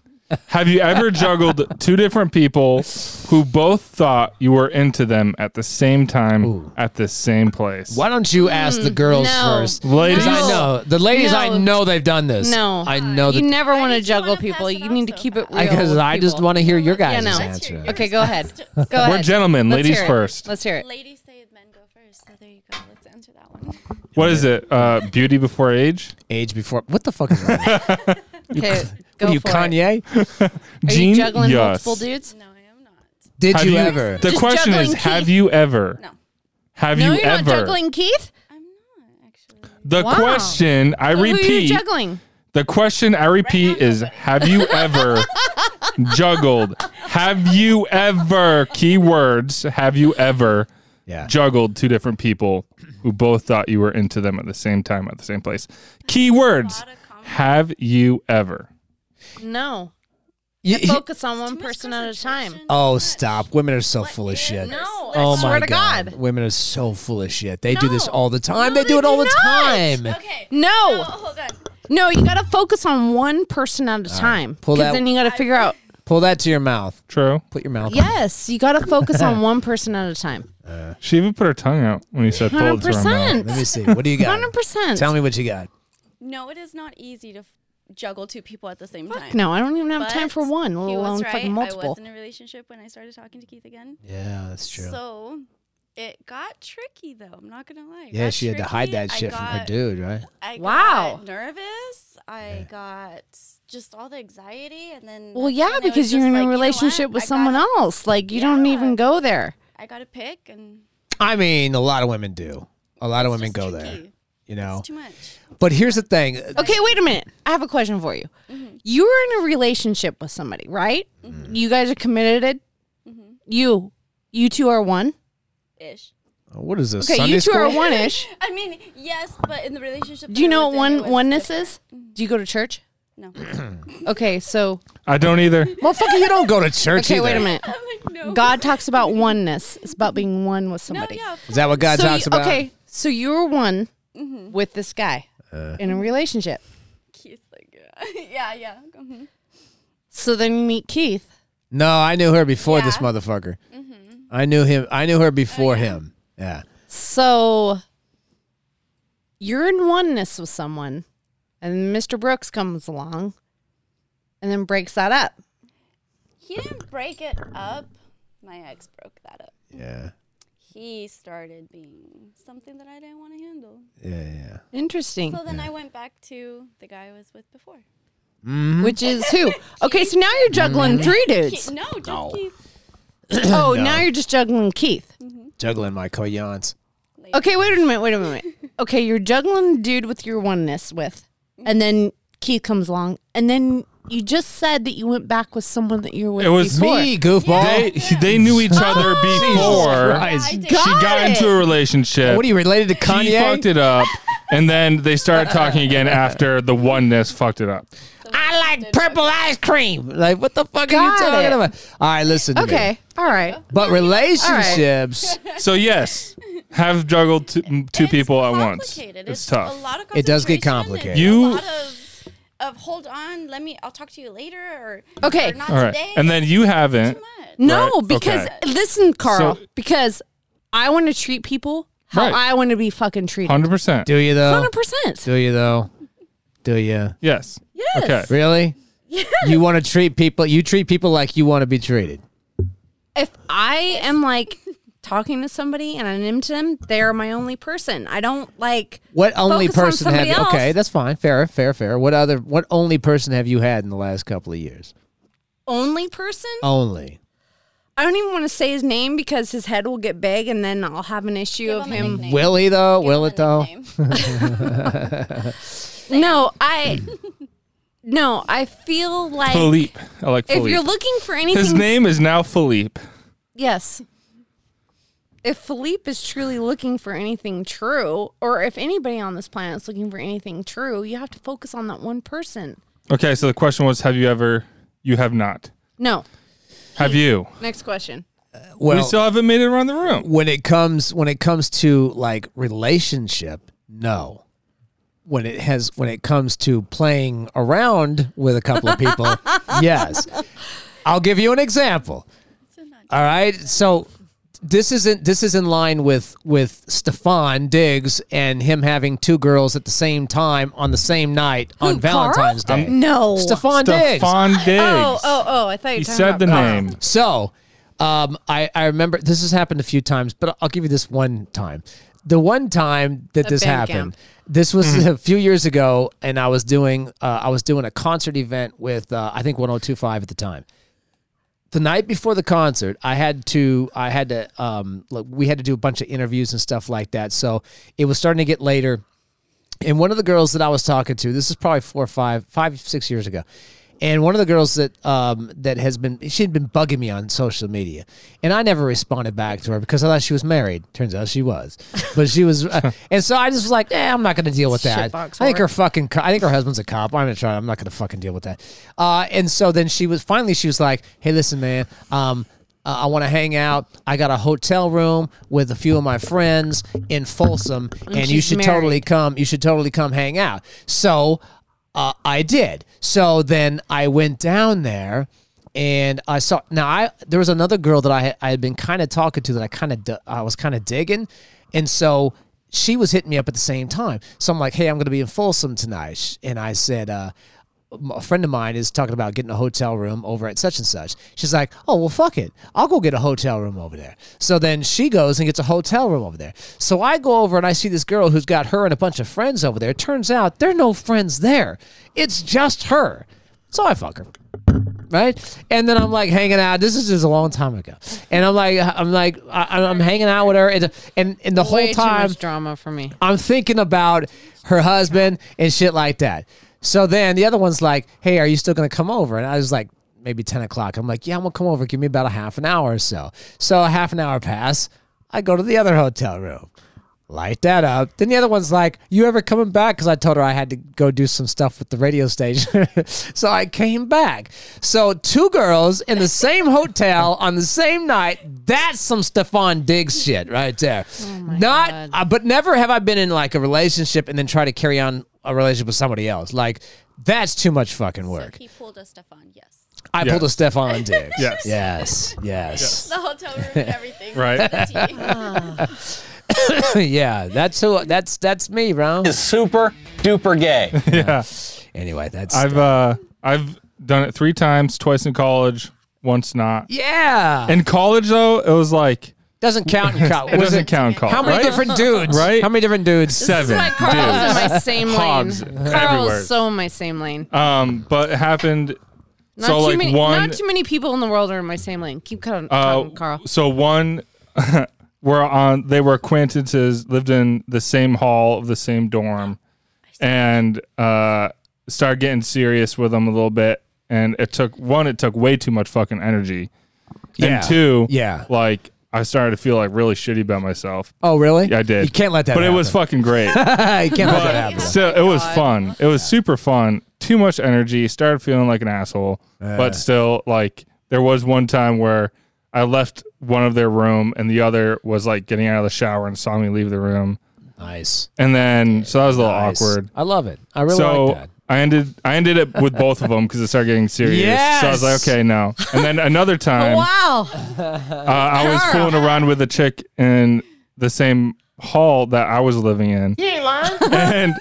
Speaker 3: Have you ever juggled two different people who both thought you were into them at the same time at the same place?
Speaker 2: Why don't you ask the girls
Speaker 1: Hmm, no.
Speaker 2: first?
Speaker 3: Ladies,
Speaker 2: I know. The ladies, I
Speaker 1: No.
Speaker 2: know they've done this.
Speaker 1: No.
Speaker 2: I know
Speaker 1: You
Speaker 2: that.
Speaker 1: never want to
Speaker 8: did you
Speaker 1: juggle
Speaker 8: wanna
Speaker 1: people.
Speaker 8: pass it
Speaker 1: You need to
Speaker 8: off so
Speaker 1: keep it real.
Speaker 2: Because
Speaker 1: with
Speaker 2: I just
Speaker 1: people.
Speaker 2: want to hear your guys'
Speaker 1: Yeah, no.
Speaker 8: Let's hear
Speaker 2: answer.
Speaker 8: yours.
Speaker 1: Okay,
Speaker 2: [LAUGHS]
Speaker 1: go ahead. Go ahead.
Speaker 3: We're gentlemen.
Speaker 1: Let's
Speaker 3: Ladies
Speaker 1: hear it.
Speaker 3: first.
Speaker 1: Let's hear it.
Speaker 8: Ladies say men go first, so there you go. Let's answer that one. [LAUGHS]
Speaker 3: What is it? Uh, beauty before age?
Speaker 2: Age before. What the fuck is that?
Speaker 1: Okay, [LAUGHS] go
Speaker 2: What are you,
Speaker 1: for it.
Speaker 2: Kanye?
Speaker 1: Are
Speaker 3: Gene?
Speaker 1: you juggling
Speaker 3: Yes.
Speaker 1: multiple dudes?
Speaker 8: No, I am not.
Speaker 2: Did
Speaker 3: Have
Speaker 2: you, ever?
Speaker 3: The
Speaker 1: Just
Speaker 3: question is,
Speaker 1: juggling
Speaker 3: have
Speaker 1: teeth.
Speaker 3: you ever?
Speaker 8: No.
Speaker 3: Have
Speaker 1: no,
Speaker 3: you
Speaker 1: you're
Speaker 3: ever?
Speaker 1: not juggling Keith.
Speaker 8: I'm not actually.
Speaker 3: The
Speaker 1: Wow.
Speaker 3: question I
Speaker 1: Who are you
Speaker 3: repeat.
Speaker 1: juggling?
Speaker 3: The question I repeat is have you
Speaker 1: [LAUGHS]
Speaker 3: ever juggled? Have you ever keywords? Have you ever
Speaker 2: Yeah.
Speaker 3: juggled two different people who both thought you were into them at the same time at the same place? Keywords. Have you ever?
Speaker 1: No.
Speaker 2: You-
Speaker 1: Focus on one person at a time.
Speaker 2: oh, stop. Women are so full of shit.
Speaker 1: No,
Speaker 2: Oh
Speaker 1: I swear
Speaker 2: my
Speaker 1: to God.
Speaker 2: Women are so full of shit. They do this
Speaker 1: No.
Speaker 2: all the
Speaker 1: No,
Speaker 2: time. they do
Speaker 1: they
Speaker 2: it all
Speaker 1: do
Speaker 2: the
Speaker 1: not.
Speaker 2: time.
Speaker 8: Okay.
Speaker 1: No.
Speaker 8: hold on.
Speaker 1: No, you got to focus on one person at a time.
Speaker 2: Pull that-
Speaker 1: Because then you got to figure out.
Speaker 2: Pull that to your mouth.
Speaker 3: True.
Speaker 2: Put your mouth.
Speaker 1: Yes, you got to focus
Speaker 3: [LAUGHS]
Speaker 1: on one person at a time.
Speaker 3: She even put her tongue out when you said pull it to her mouth.
Speaker 1: 100%.
Speaker 2: Let me see. What do you got?
Speaker 1: 100%.
Speaker 2: Tell me what you got.
Speaker 8: No, it is not easy to f- juggle two people at the same time.
Speaker 1: No, I don't even have
Speaker 8: But
Speaker 1: time for one, let
Speaker 8: he
Speaker 1: alone
Speaker 8: was right.
Speaker 1: fucking
Speaker 8: I
Speaker 1: multiple.
Speaker 8: was in a relationship when I started talking to Keith again.
Speaker 2: Yeah, that's true.
Speaker 8: So it got tricky though. I'm not gonna lie. It
Speaker 2: yeah,
Speaker 8: got
Speaker 2: she had to hide
Speaker 8: tricky.
Speaker 2: that
Speaker 8: I
Speaker 2: shit from her
Speaker 8: got-
Speaker 2: dude, right?
Speaker 8: I got
Speaker 1: Wow.
Speaker 8: nervous. I got just all the anxiety, and then
Speaker 1: Well,
Speaker 8: that's
Speaker 1: yeah,
Speaker 8: when it was
Speaker 1: because you're
Speaker 8: just
Speaker 1: in a
Speaker 8: like, you know what?
Speaker 1: relationship with
Speaker 8: I
Speaker 1: someone
Speaker 8: gotta-
Speaker 1: else. Like, you don't even go there.
Speaker 8: I got to pick, and
Speaker 2: I mean, a lot of women do. A lot of women
Speaker 8: just
Speaker 2: go
Speaker 8: tricky.
Speaker 2: there, you know.
Speaker 8: it's too much.
Speaker 2: But here's the thing.
Speaker 1: Okay, wait a minute. I have a question for you.
Speaker 8: Mm-hmm.
Speaker 1: You were in a relationship with somebody, right?
Speaker 8: Mm-hmm.
Speaker 1: You guys are committed. You, you two are one.
Speaker 8: Ish.
Speaker 2: What is this?
Speaker 1: Okay,
Speaker 2: Sunday
Speaker 1: you two
Speaker 2: school?
Speaker 1: are one ish.
Speaker 8: I mean, yes, but in the Mm-hmm. relationship. [LAUGHS]
Speaker 1: Do you
Speaker 8: that I
Speaker 1: know
Speaker 8: was
Speaker 1: what
Speaker 8: in, it
Speaker 1: one
Speaker 8: was
Speaker 1: oneness
Speaker 8: different.
Speaker 1: is? Do you go to church?
Speaker 8: No. [LAUGHS]
Speaker 1: Okay,
Speaker 2: [LAUGHS]
Speaker 1: so
Speaker 3: I don't either.
Speaker 2: Motherfucker, you don't go to church
Speaker 1: okay,
Speaker 2: either.
Speaker 1: wait a minute.
Speaker 8: I'm like, no.
Speaker 1: God talks about oneness. It's about being one with
Speaker 8: No,
Speaker 1: somebody.
Speaker 8: yeah.
Speaker 2: Is that what God
Speaker 1: so
Speaker 2: talks
Speaker 1: you,
Speaker 2: about? Uh.
Speaker 1: Okay, so you were one
Speaker 8: Mm-hmm.
Speaker 1: with this guy in a relationship.
Speaker 8: Keith, like, yeah, [LAUGHS] yeah, yeah. mhm.
Speaker 1: So then you meet Keith.
Speaker 2: No, I knew her before this
Speaker 8: Yeah.
Speaker 2: motherfucker. I knew him. I knew her before him. Yeah.
Speaker 1: So you're in oneness with someone, and Mr. Brooks comes along and then breaks that up.
Speaker 8: He didn't break it up. My ex broke that up.
Speaker 2: Yeah.
Speaker 8: He started being something that I didn't want to handle.
Speaker 2: Yeah. Yeah.
Speaker 1: Interesting.
Speaker 8: So then I went back to the guy I was with before.
Speaker 3: Mm-hmm.
Speaker 1: Which is who? Okay, so now you're juggling three
Speaker 8: Keith,
Speaker 1: dudes.
Speaker 8: no, just
Speaker 2: No.
Speaker 8: Keith.
Speaker 3: [LAUGHS]
Speaker 1: Oh, now you're just juggling Keith.
Speaker 2: Juggling my coyons.
Speaker 1: Okay, wait a minute, wait a minute. Okay, you're juggling the dude with your oneness with, and then Keith comes along, and then you just said that you went back with someone that you're with.
Speaker 3: It was
Speaker 1: before.
Speaker 2: Me, goofball.
Speaker 3: They they knew
Speaker 8: Oh,
Speaker 3: each other before
Speaker 2: Christ.
Speaker 8: did.
Speaker 3: she got
Speaker 1: Got
Speaker 3: into
Speaker 1: it.
Speaker 3: a relationship.
Speaker 2: What are you related to
Speaker 3: He fucked
Speaker 2: Kanye?
Speaker 3: it up, and then they started talking again
Speaker 2: [LAUGHS]
Speaker 3: after the oneness fucked it up.
Speaker 2: I
Speaker 1: [LAUGHS]
Speaker 2: like purple ice cream. Like, what the fuck are you
Speaker 1: Got
Speaker 2: talking
Speaker 1: it.
Speaker 2: about? All right, listen. to me.
Speaker 1: Okay, all right.
Speaker 2: But relationships,
Speaker 3: So yes, have juggled two, m- two
Speaker 8: It's
Speaker 3: people at once.
Speaker 8: complicated.
Speaker 3: It's,
Speaker 8: A
Speaker 3: tough.
Speaker 8: lot of
Speaker 2: It does get
Speaker 8: concentration.
Speaker 2: complicated.
Speaker 8: It's
Speaker 3: You-
Speaker 8: a lot of, of hold on, let me. I'll talk to you later, or
Speaker 1: Okay.
Speaker 8: or not
Speaker 3: All right,
Speaker 8: today.
Speaker 3: and then you haven't.
Speaker 8: Too much.
Speaker 1: No,
Speaker 3: Right,
Speaker 1: because
Speaker 3: okay.
Speaker 1: listen, Carl,
Speaker 3: So-
Speaker 1: because I want to treat people how
Speaker 3: Right.
Speaker 1: I want to be fucking treated.
Speaker 3: Hundred percent.
Speaker 2: do you though?
Speaker 1: Hundred percent.
Speaker 2: Do you though? Do you
Speaker 3: Yes.
Speaker 1: Yes.
Speaker 3: Okay.
Speaker 1: [LAUGHS]
Speaker 2: really? You want to treat people. You treat people like you want to be treated.
Speaker 1: If I am like talking to somebody and I'm into them, they are my only person. I don't like.
Speaker 2: What only
Speaker 1: Focus on
Speaker 2: person have
Speaker 1: somebody
Speaker 2: you?
Speaker 1: else.
Speaker 2: Okay, that's fine. Fair, fair, fair. What other? What only person have you had in the last couple of years?
Speaker 1: Only person?
Speaker 2: Only.
Speaker 1: I don't even want to say his name because his head will get big and then I'll have an issue
Speaker 8: Give
Speaker 1: of
Speaker 8: him a
Speaker 1: him.
Speaker 8: nickname.
Speaker 2: Willie though.
Speaker 8: Give
Speaker 2: Will
Speaker 8: him
Speaker 2: it
Speaker 8: a
Speaker 2: though?
Speaker 8: nickname.
Speaker 1: No, I. no, I feel like.
Speaker 3: Philippe. I like
Speaker 1: If you're
Speaker 3: Philippe.
Speaker 1: looking for anything.
Speaker 3: His name is now Philippe.
Speaker 1: Yes. If Philippe is truly looking for anything true, or if anybody on this planet is looking for anything true, you have to focus on that one person.
Speaker 3: Okay, so the question was, have you ever? You have not.
Speaker 1: No.
Speaker 3: Have you?
Speaker 1: Next question.
Speaker 2: Well,
Speaker 3: we still haven't made it around the room.
Speaker 2: when it comes when it comes to like relationship, no. When it has when it comes to playing around with a couple
Speaker 1: [LAUGHS]
Speaker 2: of people, yes. I'll give you an example. All right. So this isn't this is in line with with Stefan Diggs and him having two girls at the same time on the same night on
Speaker 1: Who, Carl?
Speaker 2: Valentine's Day.
Speaker 1: No.
Speaker 2: Stefan Diggs.
Speaker 3: Stefan Diggs.
Speaker 1: Oh, oh, oh! I thought you.
Speaker 3: He
Speaker 1: were talking
Speaker 3: said
Speaker 1: about
Speaker 3: the
Speaker 1: Carl.
Speaker 3: name.
Speaker 2: So, um, I, I remember this has happened a few times, but I'll give you this one time. The one time that
Speaker 1: At
Speaker 2: this
Speaker 1: Bandcamp.
Speaker 2: happened, this was [LAUGHS] a few years ago, and I was doing uh, I was doing a concert event with uh, I think 102.5 at the time. The night before the concert, I had to I had to um, look, we had to do a bunch of interviews and stuff like that. So it was starting to get later. And one of the girls that I was talking to, this is probably four or five, five, six years ago. And one of the girls that um, that has been she had been bugging me on social media, and I never responded back to her because I thought she was married. Turns out she was, but she was, uh, and so I just was like, eh, I'm not going to deal with that. I
Speaker 1: Shitbox
Speaker 2: think
Speaker 1: whore.
Speaker 2: her fucking, co- I think her husband's a cop. I'm going to try. I'm not going to fucking deal with that. Uh, and so then she was finally she was like, Hey, listen, man, um, uh, I want to hang out. I got a hotel room with a few of my friends in Folsom, and, you
Speaker 1: she's
Speaker 2: should
Speaker 1: married.
Speaker 2: totally come. You should totally come hang out. So uh, I did. So then I went down there, and I saw. Now I there was another girl that I had, I had been kind of talking to that I kind of I was kind of digging, and so she was hitting me up at the same time. So I'm like, hey, I'm going to be in Folsom tonight, Sh- and I said. Uh, a friend of mine is talking about getting a hotel room over at such and such. She's like, "Oh well, fuck it, I'll go get a hotel room over there." So then she goes and gets a hotel room over there. So I go over and I see this girl who's got her and a bunch of friends over there. Turns out there are no friends there; it's just her. So I fuck her right? And then I'm like hanging out. This is just a long time ago, and I'm like, I'm like, I, I'm hanging out with her, and and, and the whole
Speaker 1: Way too
Speaker 2: time
Speaker 1: much drama for [LAUGHS] me.
Speaker 2: I'm thinking about her husband and shit like that. So then the other one's like, hey, are you still going to come over? And I was like, maybe 10 o'clock. I'm like, yeah, I'm going to come over. Give me about a half an hour or so. So a half an hour pass. I go to the other hotel room, light that up. Then the other one's like, You ever coming back? Because I told her I had to go do some stuff with the radio station. [LAUGHS] so I came back. So two girls in the same hotel on the same night. That's some Stefan Diggs shit right there. Not, uh, but never have I been in like a relationship and then try to carry on a relationship with somebody else. Like, that's too much fucking work.
Speaker 8: He pulled a Stefan, yes. [LAUGHS]
Speaker 2: I
Speaker 3: Yeah.
Speaker 2: pulled a Stefan Diggs.
Speaker 3: Yes.
Speaker 2: Yes. Yes.
Speaker 8: The hotel room
Speaker 3: [LAUGHS]
Speaker 8: and Oh, everything.
Speaker 3: Right.
Speaker 2: [LAUGHS] yeah. That's who. That's that's me, bro.
Speaker 10: Super duper gay.
Speaker 2: Anyway, that's
Speaker 3: I've uh I've done it three times, twice in college, once not.
Speaker 2: yeah.
Speaker 3: In college though, it was like
Speaker 2: doesn't count.
Speaker 3: [LAUGHS]
Speaker 2: In college.
Speaker 3: it doesn't count in college.
Speaker 2: How many
Speaker 3: right?
Speaker 2: different dudes?
Speaker 3: Right?
Speaker 2: How many different dudes?
Speaker 3: seven?
Speaker 1: That's why Carl's in my same
Speaker 3: Hogs
Speaker 1: lane.
Speaker 3: everywhere.
Speaker 1: Carl's so in my same lane.
Speaker 3: Um, but it happened.
Speaker 1: Not
Speaker 3: so
Speaker 1: too
Speaker 3: like
Speaker 1: many.
Speaker 3: one.
Speaker 1: not too many people in the world are in my same lane. Keep cutting,
Speaker 3: uh,
Speaker 1: cutting Carl.
Speaker 3: So one. [LAUGHS] were on. They were acquaintances. Lived in the same hall of the same dorm, and uh, started getting serious with them a little bit. And it took one. It took way too much fucking energy.
Speaker 2: Yeah.
Speaker 3: And two.
Speaker 2: Yeah.
Speaker 3: Like I started to feel like really shitty about myself.
Speaker 2: Oh, really?
Speaker 3: Yeah, I did.
Speaker 2: You can't let that.
Speaker 3: But
Speaker 2: happen. Ah,
Speaker 3: it was
Speaker 2: [LAUGHS]
Speaker 3: fucking great.
Speaker 2: you can't let that
Speaker 3: but
Speaker 2: happen.
Speaker 3: still, it was fun. It was super fun. Too much energy. Started feeling like an asshole. But still, like there was one time where I left one of their room and the other was like getting out of the shower and saw me leave the room.
Speaker 2: Nice.
Speaker 3: And then so that was a little
Speaker 2: Nice.
Speaker 3: awkward.
Speaker 2: I love it. I really
Speaker 3: so
Speaker 2: like
Speaker 3: [LAUGHS]
Speaker 2: that.
Speaker 3: I ended I ended it with both of them because it started getting serious. So I was like,
Speaker 2: Yes.
Speaker 3: okay, no. And then another time,
Speaker 7: Wow.
Speaker 3: uh, I was fooling around with a chick in the same hall that I was living in. [LAUGHS] and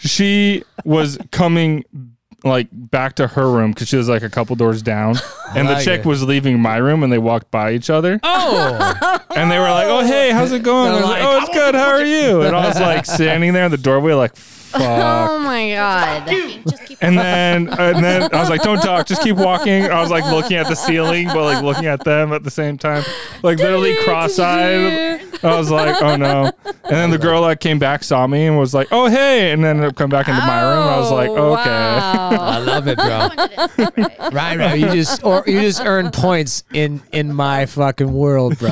Speaker 3: she was coming like back to her room because she was like a couple doors down and the
Speaker 2: like
Speaker 3: chick
Speaker 2: it.
Speaker 3: was leaving my room and they walked by each other
Speaker 2: Oh,
Speaker 3: and they were like oh hey how's it going
Speaker 2: They're
Speaker 3: I was like,
Speaker 2: like,
Speaker 3: oh it's good how are you and i was like standing there in the doorway like fuck
Speaker 1: Oh my god!
Speaker 8: Just keep
Speaker 3: and then and then i was like don't talk just keep walking i was like looking at the ceiling but like looking at them at the same time like literally cross-eyed i was like oh no and then the girl that came back saw me and was like oh hey and then come back into my room i was like okay
Speaker 1: Oh,
Speaker 3: [LAUGHS]
Speaker 2: I love it, bro.
Speaker 8: it in.
Speaker 2: [LAUGHS]
Speaker 8: Right.
Speaker 2: Right, right. You just or you just
Speaker 3: [LAUGHS]
Speaker 2: earn points in in my fucking world, bro.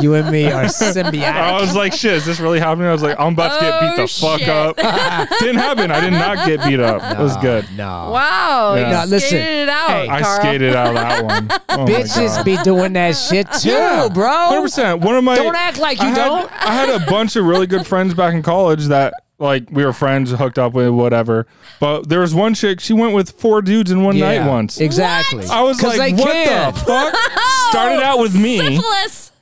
Speaker 2: you and me are symbiotic.
Speaker 3: I was like, shit, is this really happening? I was like, I'm about to get beat the
Speaker 1: Oh,
Speaker 3: fuck up. Didn't happen. I did not get beat up. it was good.
Speaker 2: No.
Speaker 1: Wow,
Speaker 3: Yeah.
Speaker 1: you
Speaker 3: No,
Speaker 2: listen.
Speaker 1: skated it out,
Speaker 2: Hey,
Speaker 3: I
Speaker 1: Carl.
Speaker 3: skated out of that one. Oh my
Speaker 2: Bitches
Speaker 3: God.
Speaker 2: be doing that shit too,
Speaker 3: Yeah,
Speaker 2: bro.
Speaker 3: 100%. One of my.
Speaker 2: Don't act like you
Speaker 3: I had,
Speaker 2: don't.
Speaker 3: I had a bunch of really good friends back in college that, like, we were friends, hooked up with, whatever. But there was one chick, she went with four dudes in one
Speaker 2: Yeah,
Speaker 3: night once.
Speaker 2: Exactly.
Speaker 3: I was
Speaker 2: 'Cause
Speaker 3: like,
Speaker 2: they
Speaker 3: what
Speaker 2: can.
Speaker 3: the fuck?
Speaker 2: [LAUGHS]
Speaker 3: Started out with me.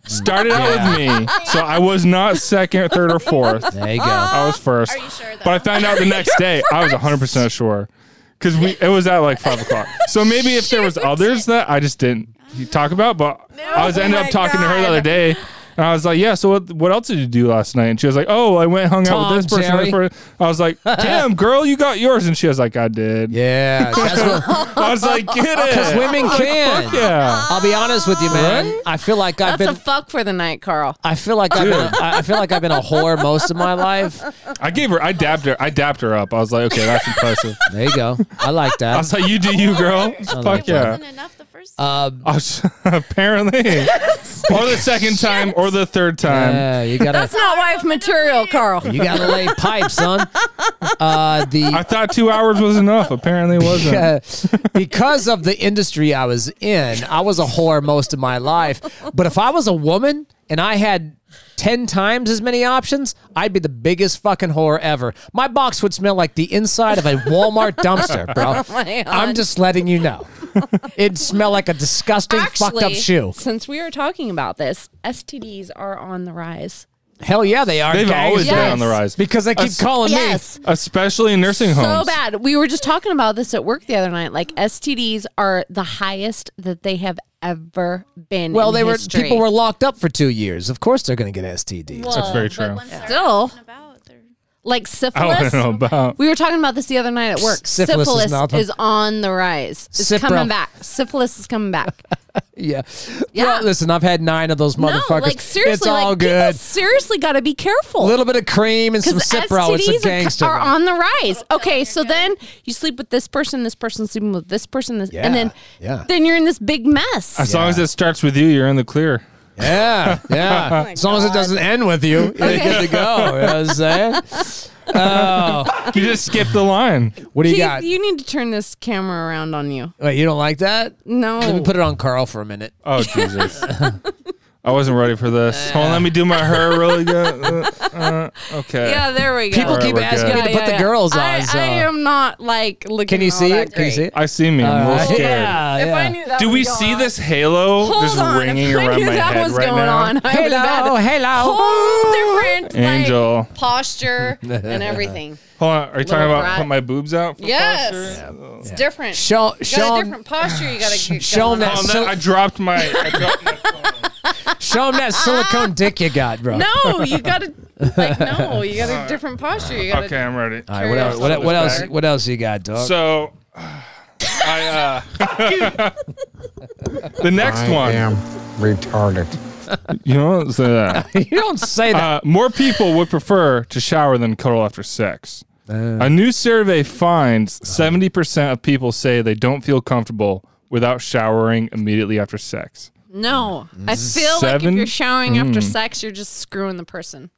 Speaker 3: Started out with me. So I was not second, third, or fourth.
Speaker 2: There you go.
Speaker 3: [LAUGHS] I was first.
Speaker 8: Are you sure though?
Speaker 3: But I found out the next day. I was 100% sure. Because we it was at like 5 o'clock. So maybe if there was others that I just didn't talk about, but I
Speaker 8: oh
Speaker 3: was ended up talking to her the other day. And I was like, yeah, so what, what else did you do last night? And she was like, oh, I went and hung out
Speaker 2: Tom,
Speaker 3: with this person. this
Speaker 2: Jerry.
Speaker 3: person. I
Speaker 2: [LAUGHS]
Speaker 3: was like, damn, girl, you got yours. And she was like, I did. [LAUGHS]
Speaker 2: Yeah, that's what
Speaker 3: I was like, get it. [LAUGHS]
Speaker 2: women can.
Speaker 3: yeah.
Speaker 2: I'll be honest with you, man. I feel like I've
Speaker 1: That's a
Speaker 2: been.
Speaker 1: fuck for the night, Carl.
Speaker 2: I feel like I've been. A, I I feel like I've been a whore most of my life.
Speaker 3: I gave her, I dabbed her, I dabbed her up. I was like, okay, that's impressive.
Speaker 2: There you go. I like
Speaker 3: I
Speaker 2: that.
Speaker 3: was like, you do you, girl. [LAUGHS] Fuck
Speaker 8: It
Speaker 3: yeah.
Speaker 8: wasn't enough the first
Speaker 2: Um,
Speaker 3: I was- [LAUGHS]
Speaker 1: [LAUGHS]
Speaker 3: apparently. or the second time or the third time.
Speaker 2: yeah, you gotta.
Speaker 1: That's not wife material, Carl.
Speaker 2: You gotta lay pipe, son. Uh, the
Speaker 3: I thought two hours was enough. Apparently,
Speaker 1: [LAUGHS]
Speaker 3: it wasn't.
Speaker 2: Yeah. because of the industry I was in, I was a whore most of my life. But if I was a woman and I had 10 times as many options, I'd be the biggest fucking whore ever. My box would smell like the inside of a Walmart dumpster,
Speaker 1: [LAUGHS]
Speaker 2: bro.
Speaker 1: Oh
Speaker 2: I'm just letting you know. It'd smell like a disgusting, fucked up shoe.
Speaker 1: Since we are talking about this, STDs are on the rise.
Speaker 2: Hell yeah, they are.
Speaker 3: They've
Speaker 2: guys.
Speaker 3: always been
Speaker 1: Yes.
Speaker 3: on the rise,
Speaker 2: Because they keep
Speaker 3: Us-
Speaker 2: calling
Speaker 1: Yes.
Speaker 3: especially in nursing
Speaker 1: So
Speaker 3: homes.
Speaker 1: bad. We were just talking about this at work the other night. Like STDs are the highest that they have ever been.
Speaker 2: me. Well,
Speaker 1: in
Speaker 2: they were
Speaker 1: history.
Speaker 2: people were locked up for two years. Of course, they're going to get STDs.
Speaker 3: That's very true.
Speaker 1: Still.
Speaker 8: about their
Speaker 1: like
Speaker 3: I
Speaker 1: syphilis.
Speaker 2: Oh,
Speaker 3: don't
Speaker 1: [LAUGHS]
Speaker 3: know about.
Speaker 1: We were talking about this the other night at work.
Speaker 2: syphilis is
Speaker 1: Syphilis,
Speaker 2: not the-
Speaker 1: is, on the rise. It's
Speaker 2: Cipro.
Speaker 1: coming back. Syphilis is coming
Speaker 2: [LAUGHS]
Speaker 1: back.
Speaker 2: Yeah.
Speaker 1: Yeah.
Speaker 2: Well, listen, I've had nine of those
Speaker 1: no,
Speaker 2: motherfuckers.
Speaker 1: like seriously,
Speaker 2: it's all
Speaker 1: like people
Speaker 2: good.
Speaker 1: seriously got to be careful.
Speaker 2: A little bit of cream and some
Speaker 1: because
Speaker 2: Cipro. It's a
Speaker 1: STDs are-
Speaker 2: gangster.
Speaker 1: are,
Speaker 2: one.
Speaker 1: on the rise. Okay, so then you sleep with this person, this person sleeping with this person, this,
Speaker 2: Yeah,
Speaker 1: and then
Speaker 2: yeah.
Speaker 1: then you're in this big mess.
Speaker 3: As long as it starts with you, you're in the clear.
Speaker 2: Yeah,
Speaker 1: [LAUGHS]
Speaker 2: yeah.
Speaker 1: Oh my
Speaker 2: as long as it
Speaker 1: God.
Speaker 2: doesn't end with you, you're good to go. You know what I'm saying?
Speaker 1: [LAUGHS]
Speaker 2: Oh,
Speaker 3: You just skipped the line.
Speaker 2: what do you
Speaker 1: Keith,
Speaker 2: got?
Speaker 1: you need to turn this camera around on you.
Speaker 2: Wait, you don't like that?
Speaker 1: No.
Speaker 2: Let me put it on Carl for a minute.
Speaker 1: [LAUGHS]
Speaker 3: Oh Jesus. I wasn't ready for this. Hold on, let me do my hair really good. Uh, uh,
Speaker 1: [LAUGHS]
Speaker 3: okay.
Speaker 1: yeah, there we go.
Speaker 2: People
Speaker 3: All right,
Speaker 2: keep
Speaker 3: we're
Speaker 2: asking
Speaker 3: good.
Speaker 2: me to put the girls on.
Speaker 1: I,
Speaker 2: so.
Speaker 1: I am not like looking.
Speaker 2: Can you
Speaker 1: all
Speaker 2: see
Speaker 1: that
Speaker 2: it? Can you see
Speaker 1: Oh, great.
Speaker 2: it?
Speaker 3: I see me. I'm a
Speaker 2: All
Speaker 3: little
Speaker 2: right.
Speaker 3: scared.
Speaker 2: Yeah,
Speaker 1: If I
Speaker 2: yeah.
Speaker 1: knew that
Speaker 3: Do
Speaker 1: was
Speaker 3: we
Speaker 1: going
Speaker 3: see
Speaker 1: Uh, on.
Speaker 3: this halo
Speaker 1: Hold
Speaker 3: just
Speaker 1: on.
Speaker 3: ringing
Speaker 1: if [LAUGHS] I
Speaker 3: around
Speaker 1: knew
Speaker 3: my
Speaker 1: that
Speaker 3: head
Speaker 1: was
Speaker 3: right
Speaker 1: going
Speaker 3: now?
Speaker 1: on. I would have
Speaker 2: Hello,
Speaker 1: had a
Speaker 2: hello.
Speaker 1: whole
Speaker 2: [LAUGHS]
Speaker 1: different [LAUGHS] like,
Speaker 3: Angel,
Speaker 1: posture and everything.
Speaker 3: hold on. Are you talking
Speaker 1: Little
Speaker 3: about
Speaker 1: brat.
Speaker 3: put my boobs out? For
Speaker 1: Yes.
Speaker 3: posture?
Speaker 1: It's different.
Speaker 2: Show,
Speaker 1: you got a
Speaker 2: show,
Speaker 1: different posture. You got to get
Speaker 2: show 'em
Speaker 1: going
Speaker 2: that
Speaker 1: on.
Speaker 3: Oh,
Speaker 2: So-
Speaker 3: that, I dropped my. I dropped my
Speaker 2: show 'em that
Speaker 1: [LAUGHS]
Speaker 2: silicone dick you got, bro. [LAUGHS]
Speaker 1: No, you got to like no. You got a different posture. You got to
Speaker 3: okay, I'm ready.
Speaker 2: All right, what else? What, e-, what else? What else you got, dog?
Speaker 3: So, [SIGHS] I uh, [LAUGHS] the next one.
Speaker 10: retarded.
Speaker 3: You know, it's, uh,
Speaker 2: [LAUGHS] you don't say that.
Speaker 3: uh, more people would prefer to shower than cuddle after sex.
Speaker 2: Uh.
Speaker 3: A new survey finds 70% of people say they don't feel comfortable without showering immediately after sex.
Speaker 1: No, I feel like if
Speaker 3: Seven?
Speaker 1: you're showering after
Speaker 2: Hmm.
Speaker 1: sex, you're just screwing the person.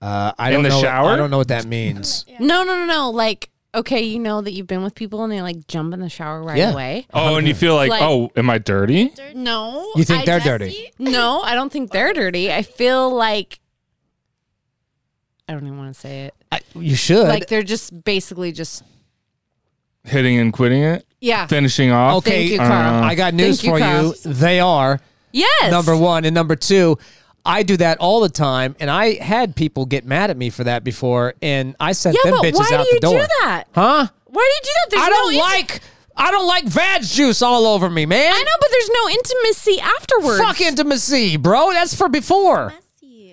Speaker 2: Uh, I
Speaker 3: In
Speaker 2: don't
Speaker 3: the
Speaker 2: know,
Speaker 3: shower?
Speaker 2: I don't know what that
Speaker 1: [LAUGHS]
Speaker 2: means.
Speaker 1: No, no, no, no. Like, okay, you know that you've been with people and they like jump in the shower right
Speaker 2: Yeah.
Speaker 1: away.
Speaker 2: [LAUGHS]
Speaker 3: Oh, and you feel like,
Speaker 1: Like-
Speaker 3: oh, am I dirty?
Speaker 1: No,
Speaker 2: You think
Speaker 1: I
Speaker 2: they're
Speaker 1: just-
Speaker 2: dirty?
Speaker 1: No, I don't think they're dirty. I feel like I don't even want to say it.
Speaker 2: I, you should.
Speaker 1: Like they're just basically just
Speaker 3: Hitting and quitting it?
Speaker 1: yeah.
Speaker 3: Finishing off?
Speaker 2: Okay.
Speaker 1: Thank you,
Speaker 2: uh,
Speaker 1: Carl.
Speaker 2: I got news
Speaker 1: Thank
Speaker 2: for
Speaker 1: you,
Speaker 2: you. They are
Speaker 1: Yes.
Speaker 2: number one and number two. I do that all the time, and I had people get mad at me for that before, and I sent
Speaker 1: Yeah,
Speaker 2: them
Speaker 1: but
Speaker 2: bitches
Speaker 1: why
Speaker 2: out
Speaker 1: do you
Speaker 2: the door.
Speaker 1: do that?
Speaker 2: Huh?
Speaker 1: Why do you do that? There's
Speaker 2: I
Speaker 1: no
Speaker 2: don't
Speaker 1: inti-
Speaker 2: like. I don't like vag juice all over me, man.
Speaker 1: I know, but there's no intimacy afterwards.
Speaker 2: Fuck intimacy, bro. That's for before.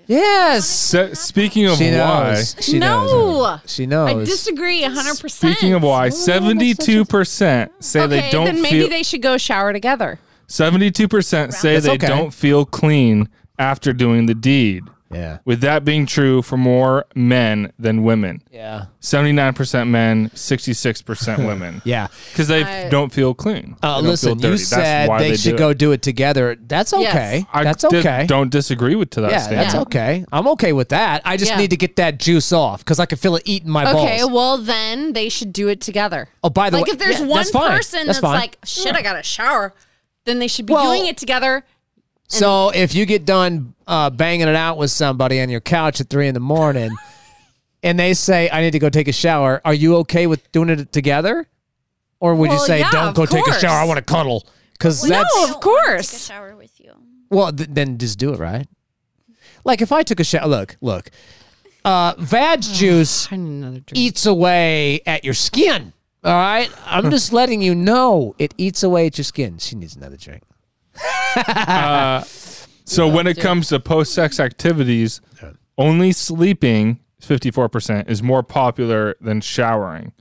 Speaker 2: Yes.
Speaker 3: Se- speaking of
Speaker 2: She
Speaker 3: why,
Speaker 2: knows. She
Speaker 1: No.
Speaker 2: knows. She knows.
Speaker 1: I disagree 100%.
Speaker 3: speaking of why, 72% say
Speaker 1: okay,
Speaker 3: they don't
Speaker 1: then maybe
Speaker 3: feel.
Speaker 1: they should go shower together.
Speaker 3: 72% say
Speaker 2: That's
Speaker 3: they
Speaker 2: okay.
Speaker 3: don't feel clean after doing the deed.
Speaker 2: Yeah.
Speaker 3: With that being true for more men than women.
Speaker 2: Yeah.
Speaker 3: 79%
Speaker 2: [LAUGHS]
Speaker 3: men, 66% women.
Speaker 2: Yeah.
Speaker 3: Because they
Speaker 1: I-
Speaker 3: don't feel clean.
Speaker 2: Uh,
Speaker 3: They don't feel
Speaker 2: listen,
Speaker 3: dirty.
Speaker 2: you
Speaker 3: That's
Speaker 2: said
Speaker 3: why
Speaker 2: they,
Speaker 3: do
Speaker 2: should
Speaker 3: it.
Speaker 2: go do it together. That's
Speaker 1: Yes.
Speaker 2: okay.
Speaker 3: I
Speaker 2: That's
Speaker 3: did-
Speaker 2: okay.
Speaker 3: Don't disagree with to that
Speaker 2: yeah,
Speaker 3: statement.
Speaker 2: that's okay. I'm okay with that. I just
Speaker 1: Yeah.
Speaker 2: need to get that juice off because I can feel it eating my
Speaker 1: Okay,
Speaker 2: balls.
Speaker 1: well then they should do it together.
Speaker 2: Oh, by the
Speaker 1: like
Speaker 2: way-
Speaker 1: if there's
Speaker 2: yeah,
Speaker 1: one
Speaker 2: that's fine.
Speaker 1: person
Speaker 2: That's
Speaker 1: that's,
Speaker 2: fine.
Speaker 1: like, shit, I got to shower, then they should be
Speaker 2: Well-
Speaker 1: doing it together.
Speaker 2: So if you get done uh, banging it out with somebody on your couch at three in
Speaker 1: [LAUGHS]
Speaker 2: the morning, and they say, "I need to go take a shower," are you okay with doing it together, or would you
Speaker 1: Well,
Speaker 2: say,
Speaker 1: yeah,
Speaker 2: "Don't
Speaker 1: of
Speaker 2: go take a
Speaker 1: course.
Speaker 2: shower. I want to cuddle"? Because that's
Speaker 1: no,
Speaker 8: I
Speaker 1: of
Speaker 8: don't wanna Take a
Speaker 1: course.
Speaker 8: shower with you.
Speaker 2: Well, th- then just do it right. Like if I took a shower, look, look, uh,
Speaker 1: [SIGHS]
Speaker 2: vag juice
Speaker 1: I need another drink.
Speaker 2: eats away at your skin. All right,
Speaker 1: [LAUGHS]
Speaker 2: I'm just letting you know it eats away at your skin. She needs another drink.
Speaker 3: So when it comes to post sex activities, only sleeping, 54%, is more popular than showering,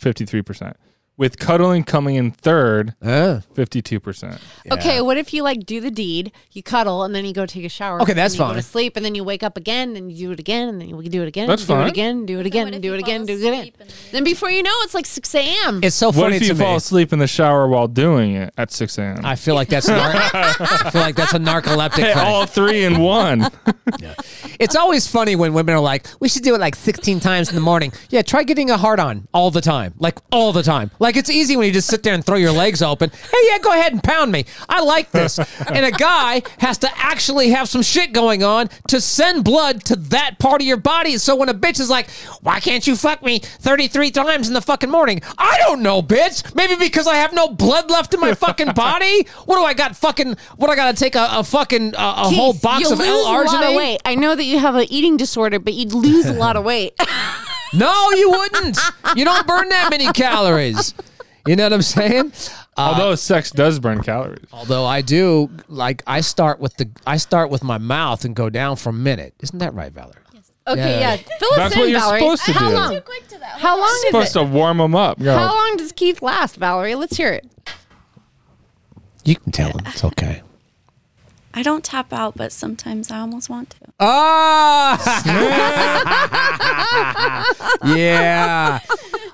Speaker 3: 53%. With cuddling coming in third,
Speaker 2: Uh,
Speaker 3: 52%.
Speaker 1: Okay, what if you like do the deed, you cuddle, and then you go take a shower.
Speaker 2: Okay, that's
Speaker 1: and you Go
Speaker 2: fine.
Speaker 1: to sleep, and then you wake up again, and you do it again, and then you do it again.
Speaker 3: That's
Speaker 1: do
Speaker 3: fine.
Speaker 1: It again, do it again,
Speaker 8: what if
Speaker 1: do
Speaker 8: you
Speaker 1: it
Speaker 8: fall
Speaker 1: again, do it again.
Speaker 8: asleep and then-
Speaker 1: Then before you know, it's like six a.m.
Speaker 2: it's so
Speaker 3: What
Speaker 2: funny
Speaker 3: if you
Speaker 2: to
Speaker 3: fall
Speaker 2: me.
Speaker 3: asleep in the shower while doing it at 6 a.m.?
Speaker 2: I feel like that's
Speaker 3: [LAUGHS]
Speaker 2: nar- I feel like that's a narcoleptic.
Speaker 3: Hey,
Speaker 2: crack.
Speaker 3: all three
Speaker 1: [LAUGHS]
Speaker 3: in one.
Speaker 1: Uh,
Speaker 2: It's always funny when women are like, "We should do it like 16 times in the morning." Yeah, try getting a hard on all the time, like all the time. Like it's easy when you just sit there and throw your legs open. Hey, yeah, go ahead and pound me. I like this. and a guy has to actually have some shit going on to send blood to that part of your body. So when a bitch is like, "Why can't you fuck me 33 times in the fucking morning?" I don't know, bitch. Maybe because I have no blood left in my fucking body. What do I got? Fucking what? I got to take a, a fucking uh, a
Speaker 1: Keith,
Speaker 2: whole box
Speaker 1: you
Speaker 2: of
Speaker 1: lose
Speaker 2: L-arginine?
Speaker 1: a lot of weight. I know that you have an eating disorder, but you'd lose a lot of weight. [LAUGHS]
Speaker 2: No, you wouldn't. you don't burn that many calories. You know what I'm saying? Uh,
Speaker 3: Although sex does burn calories.
Speaker 2: although I do like I start with the I start with my mouth and go down for a minute. Isn't that right, Valor?
Speaker 1: Okay,
Speaker 2: Yeah.
Speaker 1: yeah. Fill us
Speaker 3: That's
Speaker 1: in,
Speaker 3: what you're
Speaker 1: Valerie.
Speaker 3: supposed to
Speaker 1: How
Speaker 3: do.
Speaker 1: long?
Speaker 8: Quick to that.
Speaker 1: How long
Speaker 3: supposed
Speaker 1: is it?
Speaker 3: to warm them up.
Speaker 1: How long does Keith last, Valerie? Let's hear it.
Speaker 2: You can tell him it's okay.
Speaker 8: I don't tap out, but sometimes I almost want to.
Speaker 2: Ah, [LAUGHS] yeah.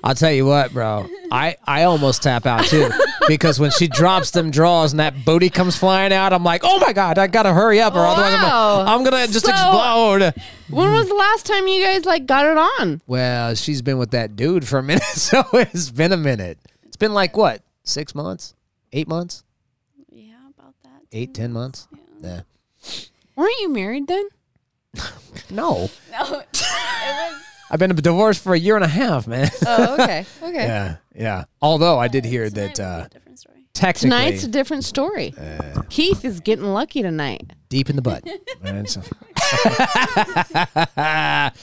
Speaker 2: I'll tell you what, bro. I, I almost tap out too because when she drops them draws and that booty comes flying out, I'm like, oh my god, I gotta hurry up or otherwise I'm,
Speaker 1: Wow.
Speaker 2: gonna- I'm gonna just
Speaker 1: So-
Speaker 2: explode.
Speaker 1: When was the last time you guys like got it on?
Speaker 2: Well, she's been with that dude for a minute, [LAUGHS] so it's been a minute. It's been like what, six months, eight months,
Speaker 8: Yeah, about that.
Speaker 2: eight, ten months? Yeah.
Speaker 1: Weren't you married then?
Speaker 2: No,
Speaker 8: [LAUGHS] No, it was.
Speaker 2: I've been divorced for a year and a half,
Speaker 8: [LAUGHS]
Speaker 2: man.
Speaker 1: Oh, okay. [LAUGHS] Okay.
Speaker 2: yeah, yeah. Although I did hear that
Speaker 8: tonight would be
Speaker 2: uh,
Speaker 8: a different story.
Speaker 2: technically,
Speaker 1: Tonight's a different story. Keith is getting lucky tonight.
Speaker 2: deep in the
Speaker 8: [LAUGHS]
Speaker 2: butt. Man, so-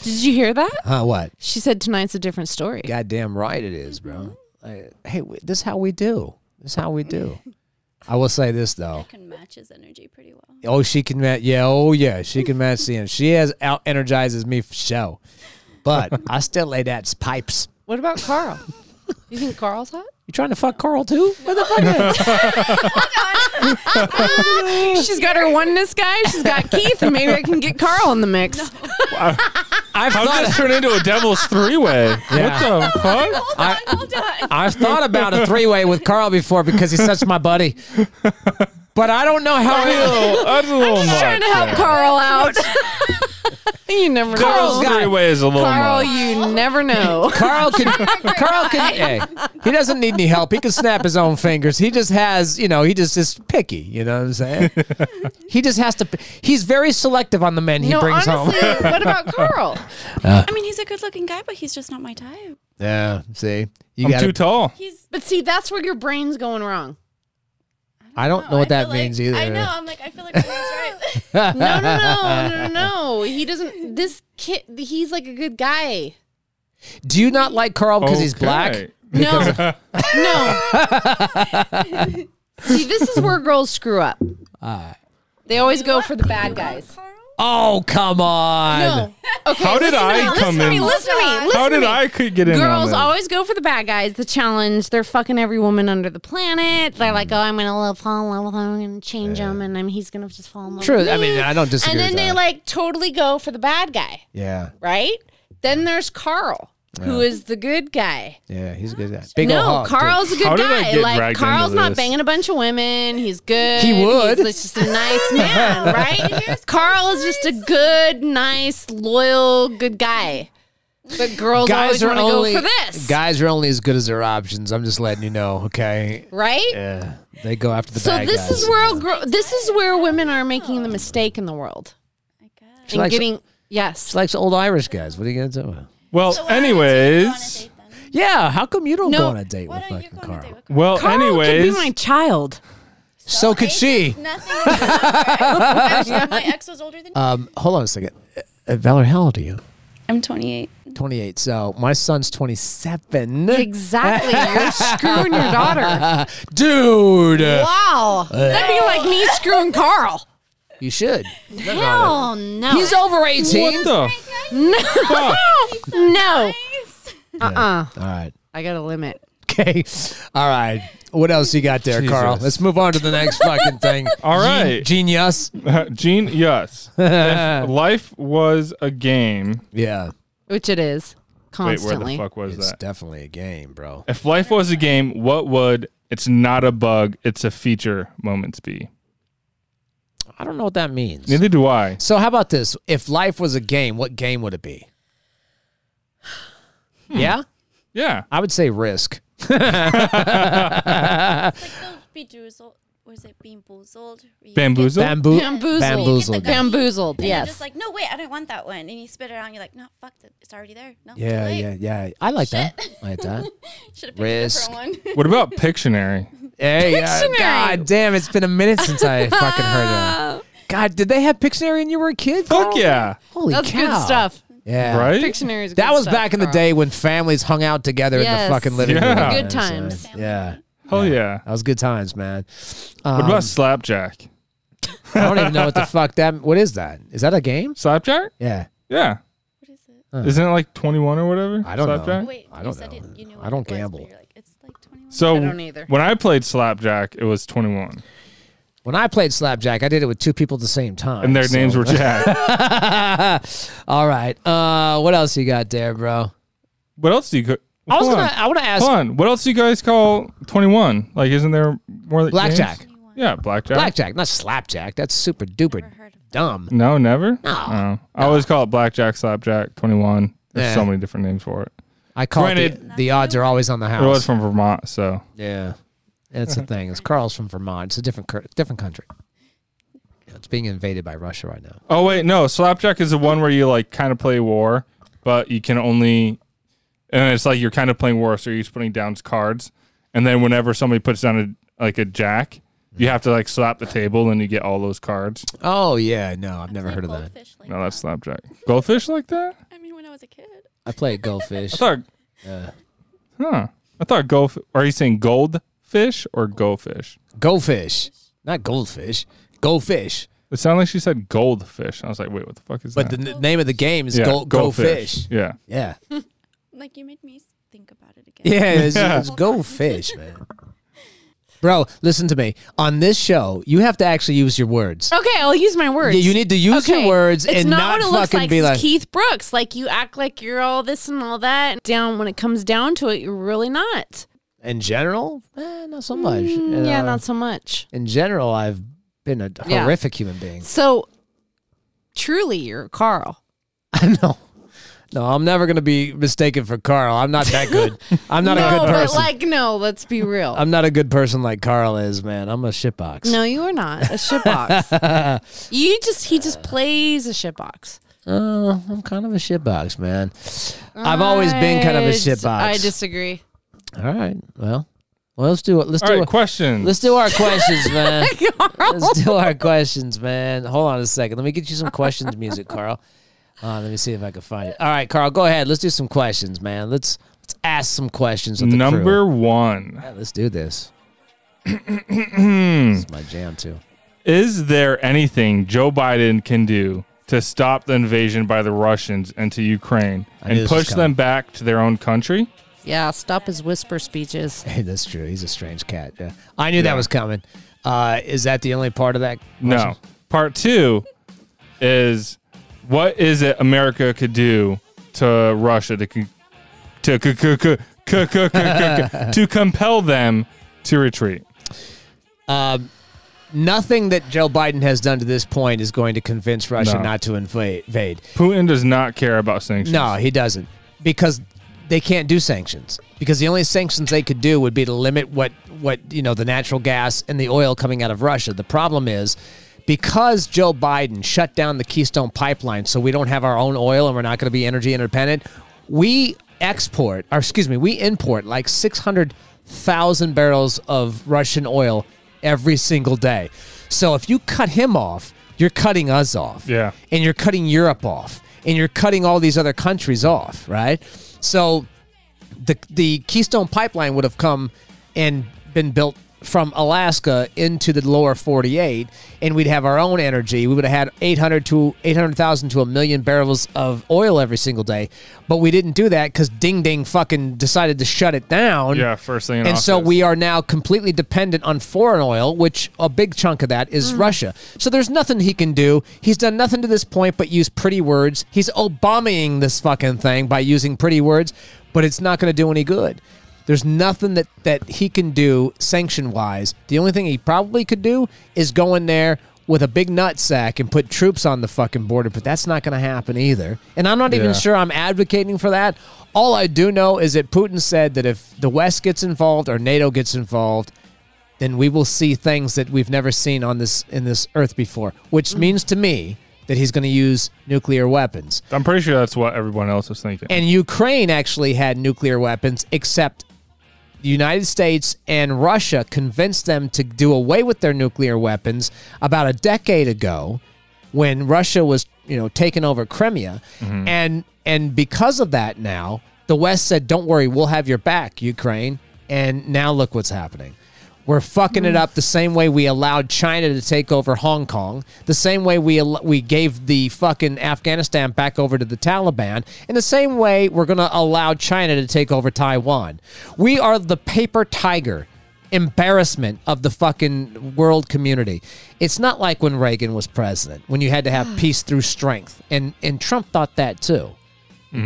Speaker 1: Did you hear that?
Speaker 2: huh? What?
Speaker 1: She said tonight's a different story.
Speaker 2: Goddamn right it is, bro.
Speaker 8: Mm-hmm.
Speaker 2: Like, hey, we, this is how we do. This is how we
Speaker 8: [LAUGHS]
Speaker 2: do. I will say this though.
Speaker 8: Can match his energy pretty well.
Speaker 2: Oh, she can match. Yeah. Oh, yeah. She can match the end. She has out energizes me for show. But I still lay that's pipes.
Speaker 1: What about Carl? you think Carl's
Speaker 2: [LAUGHS]
Speaker 1: hot?
Speaker 2: You trying to fuck Carl too? What the fuck?
Speaker 1: She's got her oneness guy. She's got Keith, and maybe I can get Carl in the mix.
Speaker 2: I've
Speaker 1: [LAUGHS]
Speaker 3: How did
Speaker 2: thought.
Speaker 3: this turn into a devil's three way?
Speaker 2: Yeah.
Speaker 3: What the fuck?
Speaker 1: [LAUGHS]
Speaker 2: I, I've thought about a three way with Carl before because he's such my buddy. But I don't know how. it-
Speaker 3: Oh, That's a little much.
Speaker 1: Trying to help Carl out. [LAUGHS] you never
Speaker 3: Carl's
Speaker 1: know.
Speaker 3: three way is a little
Speaker 1: Carl,
Speaker 3: much.
Speaker 1: you never
Speaker 3: [LAUGHS]
Speaker 1: know.
Speaker 2: Carl can Carl can hey, he doesn't need any help. He can snap his own fingers. He just has, you know, he just is picky, you know what I'm saying? he just has to he's very selective on the men he
Speaker 1: no,
Speaker 2: brings
Speaker 1: honestly, [LAUGHS]
Speaker 2: home.
Speaker 1: what
Speaker 3: [LAUGHS]
Speaker 1: about Carl?
Speaker 2: Uh,
Speaker 8: I mean, he's a good-looking guy, but he's just not my type.
Speaker 2: Yeah, see. You
Speaker 3: I'm
Speaker 2: got
Speaker 3: too tall.
Speaker 8: He's.
Speaker 1: But see, that's where your brain's going wrong.
Speaker 2: I don't know what
Speaker 8: I
Speaker 2: that
Speaker 8: feel like-
Speaker 2: means either.
Speaker 8: I know. I'm like, I feel like he's
Speaker 2: [LAUGHS]
Speaker 8: right.
Speaker 1: No, no, no, no, no, no. He doesn't. This kid, he's like a good guy.
Speaker 2: Do you not like Carl because he's black?
Speaker 3: Okay.
Speaker 1: No, [LAUGHS] no. See, this is where girls screw up. They always go for the bad guys.
Speaker 2: Oh, come on.
Speaker 1: No. Okay.
Speaker 3: How did
Speaker 1: listen to
Speaker 3: I
Speaker 1: me,
Speaker 3: come
Speaker 1: listen to
Speaker 3: in?
Speaker 1: me. Listen to me. Listen
Speaker 3: How
Speaker 1: to
Speaker 3: did
Speaker 1: me.
Speaker 3: I could get in on
Speaker 1: Girls
Speaker 3: this?
Speaker 1: always go for the bad guys. The challenge. They're fucking every woman under the planet. They're like, oh, I'm gonna love fall in love with him. I'm gonna change him, and I'm, he's gonna just fall in love.
Speaker 2: True.
Speaker 1: With me.
Speaker 2: I mean, I don't disagree
Speaker 1: And then
Speaker 2: with
Speaker 1: they
Speaker 2: that.
Speaker 1: like totally go for the bad guy,
Speaker 2: yeah.
Speaker 1: right? Then there's Carl, who is the good guy.
Speaker 2: Yeah, he's a good guy. Big
Speaker 1: no,
Speaker 2: ol' hog, too.
Speaker 1: Carl's a good
Speaker 3: How did I
Speaker 1: guy.
Speaker 3: get
Speaker 1: Like
Speaker 3: dragged
Speaker 1: Carl's
Speaker 3: into
Speaker 1: not
Speaker 3: this?
Speaker 1: banging a bunch of women. He's good.
Speaker 2: He would.
Speaker 1: He's just a nice man, right? Carl is just a good, nice, loyal, good guy. But girls always want to go for this,
Speaker 2: Guys are only as good as their options. I'm just letting you know, okay?
Speaker 1: right?
Speaker 2: Yeah. They go after the
Speaker 1: so
Speaker 2: bad
Speaker 1: this
Speaker 2: guys.
Speaker 1: is where gr- this is where women are making the mistake in the world
Speaker 2: She
Speaker 1: and
Speaker 2: likes-
Speaker 1: getting
Speaker 2: She
Speaker 1: yes.
Speaker 2: likes old Irish guys. What are you gonna do?
Speaker 3: Well, anyways.
Speaker 8: Date then.
Speaker 2: Yeah, how come you don't
Speaker 1: No.
Speaker 2: go on a date
Speaker 8: Why
Speaker 2: with
Speaker 8: don't you
Speaker 2: fucking
Speaker 8: go on a
Speaker 2: Carl?
Speaker 8: date with Carl?
Speaker 3: Well,
Speaker 1: Carl
Speaker 3: anyways.
Speaker 1: could be my child.
Speaker 2: So could she. [LAUGHS]
Speaker 8: Nothing. is different. my ex was older than.
Speaker 2: Um, hold on a second. Uh, Uh, Valerie, how old are you?
Speaker 8: I'm 28.
Speaker 2: 28. So my son's 27. [LAUGHS]
Speaker 1: Exactly, you're screwing your daughter.
Speaker 2: Uh, Dude,
Speaker 1: Wow, that'd be like me screwing Carl.
Speaker 2: you should.
Speaker 1: Hell no.
Speaker 2: He's over 18.
Speaker 3: what the
Speaker 1: [LAUGHS]
Speaker 3: fuck?
Speaker 1: no. Uh-uh.
Speaker 2: All right. [LAUGHS]
Speaker 1: I got a limit.
Speaker 2: Okay. All right. What else you got there, Carl?
Speaker 3: Jesus. Oh,
Speaker 2: Let's move on to the next fucking
Speaker 3: [LAUGHS]
Speaker 2: thing.
Speaker 3: All
Speaker 2: Gen-
Speaker 3: right.
Speaker 2: genius.
Speaker 3: [LAUGHS]
Speaker 1: [LAUGHS]
Speaker 3: Gene, yes. If life was a game.
Speaker 2: Yeah.
Speaker 1: Which it is.
Speaker 3: Wait, where
Speaker 1: Constantly.
Speaker 3: the fuck was
Speaker 2: It's
Speaker 3: that?
Speaker 2: definitely a game, bro.
Speaker 3: If life was a game, what would it's not a bug, it's a feature moments be?
Speaker 2: I don't know what that means.
Speaker 3: Neither do I.
Speaker 2: So how about this? If life was a game, what game would it be?
Speaker 3: Hmm.
Speaker 2: Yeah,
Speaker 3: Yeah.
Speaker 2: I would say Risk.
Speaker 8: Bedoozled. Was it bamboozled? Where you
Speaker 3: Bamboozle?
Speaker 2: Bamboo.
Speaker 1: Bamboozled.
Speaker 2: Bamboozled.
Speaker 1: Bamboozled,
Speaker 8: Get, you're
Speaker 1: yes.
Speaker 8: just like, no, wait, I don't want that one. And you spit it out and you're like, no, fuck it. It's already there. No. too
Speaker 2: Yeah,
Speaker 8: late.
Speaker 2: yeah, yeah. I like that. I like
Speaker 8: [LAUGHS]
Speaker 2: that.
Speaker 8: Should have picked
Speaker 2: Risk.
Speaker 8: a [LAUGHS] different one.
Speaker 3: What about Pictionary?
Speaker 1: [LAUGHS]
Speaker 2: Hey, uh,
Speaker 1: Pictionary.
Speaker 2: God damn! It's been a minute
Speaker 1: [LAUGHS]
Speaker 2: since I fucking heard that. God, did they have Pictionary when you were a kid?
Speaker 3: Fuck
Speaker 2: Carl?
Speaker 3: yeah.
Speaker 2: Holy
Speaker 1: That's
Speaker 2: cow!
Speaker 1: good stuff.
Speaker 2: Yeah.
Speaker 3: Right?
Speaker 1: Pictionary is good
Speaker 2: That was
Speaker 1: stuff,
Speaker 2: back in the
Speaker 1: Carl.
Speaker 2: day when families hung out together in
Speaker 1: Yes.
Speaker 2: the fucking living
Speaker 3: Yeah.
Speaker 2: room.
Speaker 1: Good
Speaker 2: So,
Speaker 1: times.
Speaker 2: yeah.
Speaker 3: Hell yeah.
Speaker 2: That was good times, man. Um,
Speaker 3: What about Slapjack?
Speaker 2: I don't even know
Speaker 3: [LAUGHS]
Speaker 2: what the fuck that. What is that? Is that a game?
Speaker 3: Slapjack?
Speaker 2: Yeah.
Speaker 3: Yeah.
Speaker 8: What is it?
Speaker 3: Isn't it like 21 or whatever?
Speaker 2: I don't know.
Speaker 3: Slapjack?
Speaker 8: Wait,
Speaker 2: I don't
Speaker 8: you said
Speaker 2: know.
Speaker 8: It, you knew
Speaker 2: I
Speaker 8: what it
Speaker 2: don't
Speaker 8: was, but
Speaker 2: gamble.
Speaker 8: You're like, it's like 21.
Speaker 3: So
Speaker 1: I don't either.
Speaker 3: when I played Slapjack, it was 21,
Speaker 2: When I played slapjack, I did it with two people at the same time,
Speaker 3: and their
Speaker 2: so- [LAUGHS]
Speaker 3: names were Jack.
Speaker 2: All right. Uh, what else you got there, bro?
Speaker 3: what else do you? Co-
Speaker 2: I was
Speaker 3: Hold
Speaker 2: gonna-
Speaker 3: on.
Speaker 2: I wanna ask-
Speaker 3: Hold on. What else do you guys call twenty one? Like, isn't there more that-
Speaker 2: Blackjack.
Speaker 3: names? Yeah, blackjack.
Speaker 2: Blackjack, not slapjack. That's super duper dumb.
Speaker 3: No, never.
Speaker 2: No.
Speaker 3: Oh. I always call it blackjack, slapjack, twenty one. There's
Speaker 2: Yeah.
Speaker 3: so many different names for it.
Speaker 2: I call it
Speaker 3: Granted-
Speaker 2: the, the odds are always on the house.
Speaker 3: It was from Vermont, so
Speaker 2: Yeah, that's the thing. Is Carl's from Vermont? It's a different cur- different country. It's being invaded by Russia right now.
Speaker 3: Oh wait, no. Slapjack is the one where you like kind of play war, but you can only, and it's like you're kind of playing war, so you're just putting down cards, and then whenever somebody puts down a like a jack, you have to like slap the table, and you get all those cards.
Speaker 2: Oh yeah, no, I've never heard of that.
Speaker 3: No, that's slapjack. Goldfish like that?
Speaker 8: I mean, when I was a kid.
Speaker 2: I play goldfish.
Speaker 3: I thought,
Speaker 2: Yeah.
Speaker 3: huh? I thought gold. Are you saying goldfish or goldfish?
Speaker 2: Goldfish, not goldfish. Goldfish.
Speaker 3: It sounded like she said goldfish. I was like, wait, what the fuck is
Speaker 2: But
Speaker 3: that?
Speaker 2: the n- name of the game is
Speaker 3: Yeah,
Speaker 2: gold, goldfish.
Speaker 3: goldfish. Yeah.
Speaker 2: Yeah.
Speaker 8: Like you made me think about it again.
Speaker 2: Yeah,
Speaker 3: [LAUGHS]
Speaker 2: it's, it's goldfish, man. Bro, listen to me. On this show, you have to actually use your words.
Speaker 1: Okay, I'll use my words.
Speaker 2: Yeah, you need to use your words
Speaker 1: it's
Speaker 2: and
Speaker 1: not,
Speaker 2: not
Speaker 1: what it looks
Speaker 2: fucking
Speaker 1: like.
Speaker 2: be
Speaker 1: It's
Speaker 2: like-
Speaker 1: Keith Brooks. Like you act like you're all this and all that. Down when it comes down to it, you're really not.
Speaker 2: In general, eh, not so much.
Speaker 1: Mm, yeah,
Speaker 2: Uh,
Speaker 1: not so much.
Speaker 2: in general, I've been a
Speaker 1: Yeah.
Speaker 2: horrific human being. [LAUGHS]
Speaker 1: So truly, you're Carl.
Speaker 2: no, no, I'm never gonna be mistaken for Carl. I'm not that
Speaker 1: [LAUGHS]
Speaker 2: good. I'm not
Speaker 1: no,
Speaker 2: a good
Speaker 1: but
Speaker 2: person.
Speaker 1: like no, let's be real.
Speaker 2: [LAUGHS] I'm not a good person like Carl is, man. I'm a shitbox.
Speaker 1: no, you are not a
Speaker 2: [LAUGHS]
Speaker 1: shitbox. you just he just plays a shitbox.
Speaker 2: Oh, I'm kind of a shitbox, man. I've always been kind of a
Speaker 1: I dis-
Speaker 2: shitbox.
Speaker 1: I
Speaker 2: [LAUGHS]
Speaker 1: disagree.
Speaker 2: All right. Well, well, let's do it. Let's
Speaker 3: All
Speaker 2: do
Speaker 3: right,
Speaker 2: it.
Speaker 3: question.
Speaker 2: Let's do our
Speaker 1: [LAUGHS]
Speaker 2: questions, man. Let's do our questions, man. Hold on a second. Let me get you some questions music, Carl. Uh, let me see if I can find it. All right, Carl, go ahead. Let's do some questions, man. Let's let's ask some questions. Of the crew.
Speaker 3: Number one.
Speaker 2: Yeah, let's do
Speaker 3: [CLEARS THROAT]
Speaker 2: this. It's my jam too. [LAUGHS]
Speaker 3: Is there anything Joe Biden can do to stop the invasion by the Russians into Ukraine
Speaker 2: I knew
Speaker 3: and
Speaker 2: this was
Speaker 3: push them back to their own country?
Speaker 1: Yeah, stop his whisper speeches.
Speaker 2: Hey, that's true. He's a strange cat. Yeah, I knew that was coming. Uh, is that the only part of that?
Speaker 3: No. Part two is what is it America could do to Russia to con- to co- co- co- co-
Speaker 2: [LAUGHS]
Speaker 3: co- co- co- to compel them to retreat?
Speaker 2: Nothing that Joe Biden has done to this point is going to convince Russia
Speaker 3: No.
Speaker 2: not to inva- invade.
Speaker 3: Putin does not care about sanctions.
Speaker 2: No, he doesn't. Because they can't do sanctions. Because the only sanctions they could do would be to limit what what you know the natural gas and the oil coming out of Russia. The problem is because Joe Biden shut down the Keystone pipeline, so we don't have our own oil and we're not going to be energy independent. We export, or excuse me, we import like six hundred thousand barrels of Russian oil every single day. So if you cut him off, you're cutting us off
Speaker 3: Yeah.
Speaker 2: and you're cutting Europe off, and you're cutting all these other countries off, right? So the the Keystone pipeline would have come and been built from Alaska into the lower 48 and we'd have our own energy. We would have had 800 to 800,000 to a million barrels of oil every single day. But we didn't do that cuz Ding Ding fucking decided to shut it down.
Speaker 3: Yeah, first thing in
Speaker 2: And so
Speaker 3: office.
Speaker 2: we are now completely dependent on foreign oil, which a big chunk of that is Russia. So there's nothing he can do. He's done nothing to this point but use pretty words. He's Obamaing this fucking thing by using pretty words, but it's not going to do any good. There's nothing that, that he can do sanction wise. The only thing he probably could do is go in there with a big nutsack and put troops on the fucking border, but that's not going to happen either. And I'm not even
Speaker 3: Yeah.
Speaker 2: sure sure I'm advocating for that. All I do know is that Putin said that if the West gets involved or NATO gets involved, then we will see things that we've never seen on this in this earth before, which means to me that he's going to use nuclear weapons.
Speaker 3: I'm pretty sure that's what everyone else is thinking.
Speaker 2: And Ukraine actually had nuclear weapons except the United States and Russia convinced them to do away with their nuclear weapons about a decade ago when Russia was, you know, taking over Crimea. And and because of that now, the West said, "Don't worry, we'll have your back, Ukraine." And now look what's happening. We're fucking it up the same way we allowed China to take over Hong Kong, the same way we al- we gave the fucking Afghanistan back over to the Taliban, and the same way we're going to allow China to take over Taiwan. We are the paper tiger embarrassment of the fucking world community. It's not like when Reagan was president, when you had to have peace through strength, and and Trump thought that too.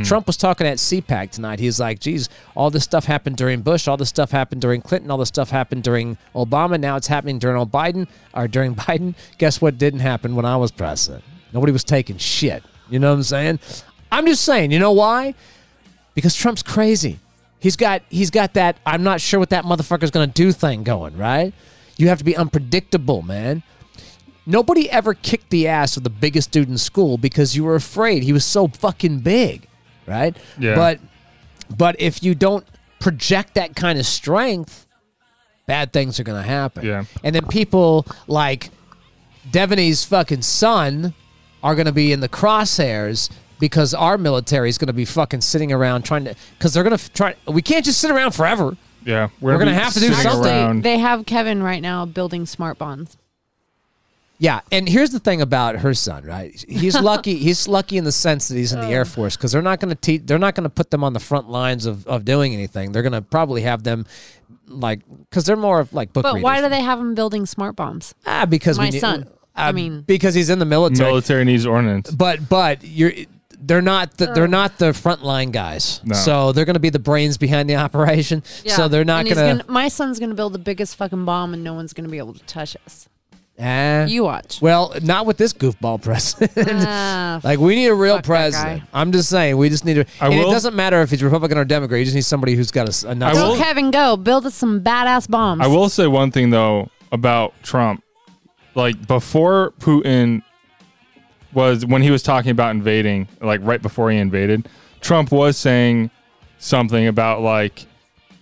Speaker 2: Trump was talking at CPAC tonight. He's like, geez, all this stuff happened during Bush, all this stuff happened during Clinton, all this stuff happened during Obama. Now it's happening during old Biden or during [LAUGHS] Biden. Guess what didn't happen when I was president? Nobody was taking shit. You know what I'm saying? I'm just saying, you know why? Because Trump's crazy. He's got he's got that I'm not sure what that motherfucker's gonna do thing going, right? You have to be unpredictable, man. Nobody ever kicked the ass of the biggest dude in school because you were afraid he was so fucking big, right?
Speaker 3: Yeah.
Speaker 2: But but if you don't project that kind of strength, bad things are gonna happen.
Speaker 3: Yeah.
Speaker 2: And then people like Devaney's fucking son are gonna be in the crosshairs because our military is gonna be fucking sitting around trying to because they're gonna f- try. We can't just sit around forever.
Speaker 3: Yeah,
Speaker 2: We're gonna
Speaker 3: be
Speaker 2: have to do
Speaker 3: sitting
Speaker 2: something.
Speaker 3: around-
Speaker 1: They have Kevin right now building smart bonds.
Speaker 2: Yeah, and here's the thing about her son, right? He's lucky. he's lucky in the sense that he's in the Air Force because they're not going to teach. They're not going to put them on the front lines of, of doing anything. They're going to probably have them, like, because they're more of like book.
Speaker 1: But why
Speaker 2: readers.
Speaker 1: do they have him building smart bombs?
Speaker 2: Ah, because we
Speaker 1: My
Speaker 2: need-
Speaker 1: son. I
Speaker 2: uh,
Speaker 1: mean-
Speaker 2: because he's in the military.
Speaker 3: Military needs ordnance.
Speaker 2: But but you're. They're not the
Speaker 1: Uh.
Speaker 2: they're not the frontline guys,
Speaker 3: No.
Speaker 2: so they're going to be the brains behind the [LAUGHS] operation. So they're not
Speaker 1: And he's
Speaker 2: going to.
Speaker 1: My son's gonna build the biggest fucking bomb, and no one's gonna be able to touch us. You watch.
Speaker 2: eh. Well, not with this goofball president. [LAUGHS]
Speaker 1: Ah,
Speaker 2: Like we need a real
Speaker 1: Fuck that
Speaker 2: president.
Speaker 1: guy.
Speaker 2: I'm just saying we just need a.
Speaker 3: I
Speaker 2: and it
Speaker 3: will-
Speaker 2: doesn't matter if he's Republican or Democrat. You just need somebody who's got a s- enough.
Speaker 3: I will-
Speaker 1: Go, Kevin, go build us some badass bombs.
Speaker 3: I will say one thing though about Trump. Like before Putin was when he was talking about invading, like right before he invaded, Trump was saying something about like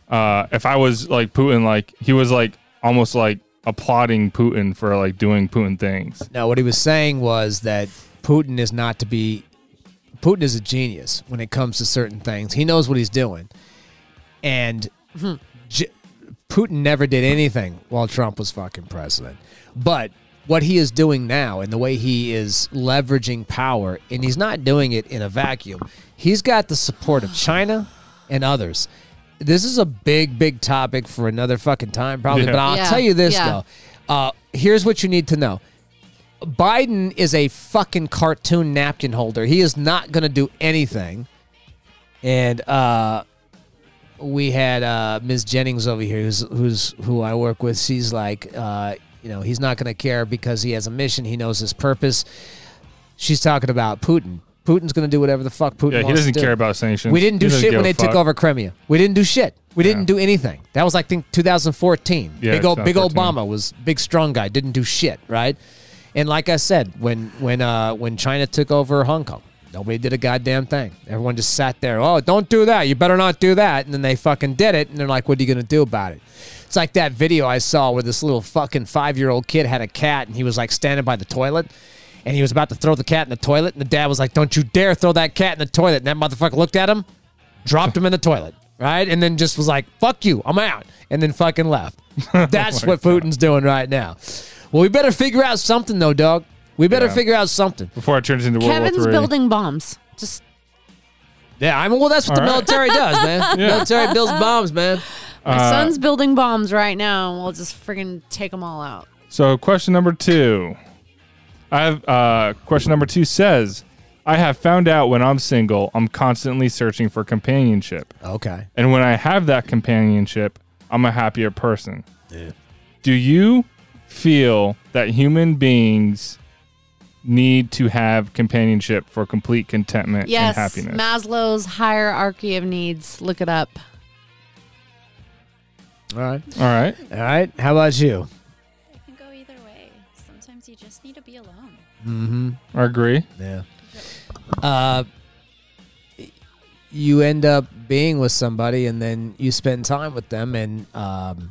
Speaker 3: uh if I was like Putin, like he was like almost like applauding Putin for like doing Putin things.
Speaker 2: No, what he was saying was that Putin is not to be. Putin is a genius when it comes to certain things. He knows what he's doing, and J- Putin never did anything while Trump was fucking president. But what he is doing now and the way he is leveraging power, and he's not doing it in a vacuum. He's got the support of China and others. This is a big, big topic for another fucking time, probably.
Speaker 3: Yeah.
Speaker 2: But I'll
Speaker 1: Yeah.
Speaker 2: tell you this
Speaker 1: Yeah.
Speaker 2: though. Uh, here's what you need to know. Biden is a fucking cartoon napkin holder. He is not going to do anything. And uh, we had uh, Ms. Jennings over here, who's who's who I work with. She's like, uh, you know, he's not going to care because he has a mission. He knows his purpose. She's talking about Putin. Putin's going to do whatever the fuck Putin.
Speaker 3: Yeah, he
Speaker 2: wants
Speaker 3: doesn't
Speaker 2: to do.
Speaker 3: care about sanctions.
Speaker 2: We didn't do
Speaker 3: He doesn't
Speaker 2: shit
Speaker 3: give
Speaker 2: when
Speaker 3: a
Speaker 2: they took
Speaker 3: fuck.
Speaker 2: over Crimea. We didn't do shit. We didn't do anything. That was like think 2014.
Speaker 3: Yeah,
Speaker 2: big old big old
Speaker 3: 2014.
Speaker 2: Obama was big strong guy. Didn't do shit, right? And like I said, when when uh, when China took over Hong Kong, nobody did a goddamn thing. Everyone just sat there. Oh, don't do that. You better not do that. And then they fucking did it. And they're like, what are you gonna do about it? It's like that video I saw where this little fucking five year old kid had a cat and he was like standing by the toilet and he was about to throw the cat in the toilet, and the dad was like, "Don't you dare throw that cat in the toilet!" And that motherfucker looked at him, dropped him in the toilet, right, and then just was like, "Fuck you, I'm out," and then fucking
Speaker 3: [LAUGHS]
Speaker 2: left.
Speaker 3: Oh
Speaker 2: That's what Putin's doing right now. Well, we better figure out something though, dog. We better
Speaker 3: Yeah.
Speaker 2: figure out something.
Speaker 3: Before it turns into World
Speaker 1: Kevin's
Speaker 3: War Three.
Speaker 1: building bombs. Just
Speaker 2: Yeah, I mean, well, that's what
Speaker 3: All
Speaker 2: the
Speaker 3: right.
Speaker 2: military does,
Speaker 3: [LAUGHS]
Speaker 2: man. Military builds bombs, man.
Speaker 1: my son's building bombs right now. and We'll just friggin' take them all out.
Speaker 3: So, question number two. I have uh, question number two says, I have found out when I'm single, I'm constantly searching for companionship,
Speaker 2: Okay.
Speaker 3: and when I have that companionship, I'm a happier person. Do you feel that human beings need to have companionship for complete contentment
Speaker 1: Yes,
Speaker 3: and happiness?
Speaker 1: Maslow's hierarchy of needs. Look it up.
Speaker 2: All right.
Speaker 3: All right.
Speaker 2: All right. How about you?
Speaker 8: It can go either way. Sometimes you just need to be alone.
Speaker 3: I agree.
Speaker 2: Yeah. Uh, you end up being with somebody, and then you spend time with them, and um,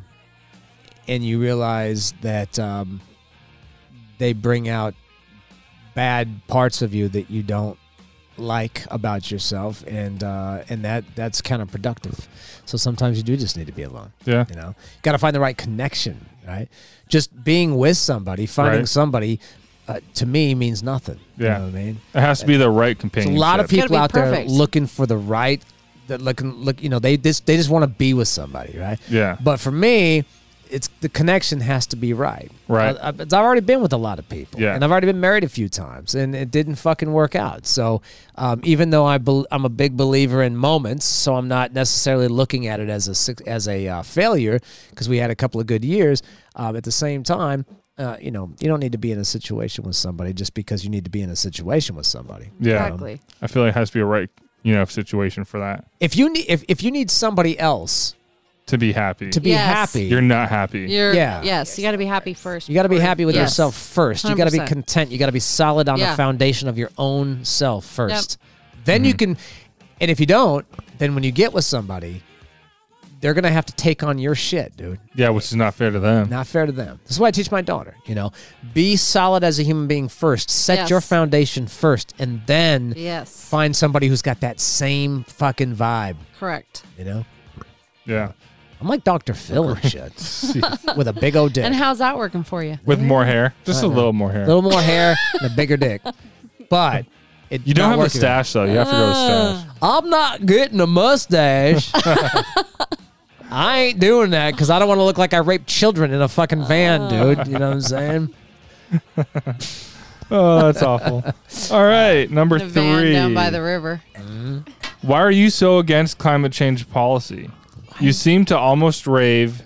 Speaker 2: and you realize that um, they bring out bad parts of you that you don't like about yourself, and uh, and that that's counterproductive. So sometimes you do just need to be alone.
Speaker 3: Yeah.
Speaker 2: You know, got to find the right connection, right? Just being with somebody, finding
Speaker 3: Right.
Speaker 2: somebody, uh, to me means nothing.
Speaker 3: Yeah.
Speaker 2: You know what I mean?
Speaker 3: It has to be the right
Speaker 2: There's
Speaker 3: companionship.
Speaker 2: a lot of
Speaker 1: gotta
Speaker 2: people
Speaker 1: be
Speaker 2: out there
Speaker 1: perfect.
Speaker 2: looking for the right that looking look you know they just they just want to be with somebody right
Speaker 3: Yeah.
Speaker 2: but for me it's the connection has to be right.
Speaker 3: Right.
Speaker 2: I, I, I've already been with a lot of people,
Speaker 3: Yeah.
Speaker 2: and I've already been married a few times, and it didn't fucking work out. So, um, even though I bel I'm a big believer in moments, so I'm not necessarily looking at it as a suc- as a uh, failure because we had a couple of good years. Um, at the same time, uh, you know, you don't need to be in a situation with somebody just because you need to be in a situation with somebody.
Speaker 3: Yeah.
Speaker 2: Exactly.
Speaker 3: I feel like it has to be a right, you know, situation for that
Speaker 2: If you need if, if you need somebody else
Speaker 3: to be happy.
Speaker 2: to be
Speaker 7: Yes.
Speaker 2: happy,
Speaker 3: You're not happy.
Speaker 7: You're,
Speaker 2: Yeah.
Speaker 7: Yes, you got to be happy first.
Speaker 2: You got to be
Speaker 7: before-
Speaker 2: happy with
Speaker 7: Yes.
Speaker 2: yourself first. You got to be
Speaker 7: 100%.
Speaker 2: content. You got to be solid on
Speaker 7: Yeah.
Speaker 2: the foundation of your own self first. Then you can, and if you don't, then when you get with somebody, they're gonna have to take on your shit, dude.
Speaker 3: yeah, which is not fair to them.
Speaker 2: Not fair to them. This is why I teach my daughter. You know, be solid as a human being first. Set
Speaker 7: Yes.
Speaker 2: your foundation first, and then
Speaker 7: Yes.
Speaker 2: find somebody who's got that same fucking vibe.
Speaker 7: Correct.
Speaker 2: You know,
Speaker 3: Yeah.
Speaker 2: I'm like Dr. Phil and shit, [LAUGHS] with a big old dick,
Speaker 7: And how's that working for you?
Speaker 3: With more hair. Just a
Speaker 2: Uh-uh.
Speaker 3: little more hair.
Speaker 2: a little more hair, and a bigger dick, but. It
Speaker 3: you
Speaker 2: not
Speaker 3: don't have a
Speaker 2: working.
Speaker 3: stash, though. You have to grow a
Speaker 7: Ah.
Speaker 3: stash.
Speaker 2: I'm not getting a
Speaker 3: [LAUGHS]
Speaker 2: mustache. I ain't doing that because I don't want to look like I raped children in a fucking van, dude. You know what I'm saying?
Speaker 3: Oh, that's awful.
Speaker 7: [LAUGHS]
Speaker 3: All right. Number
Speaker 7: The van
Speaker 3: three.
Speaker 7: down by the river.
Speaker 3: Why are you so against climate change policy? You seem to almost rave.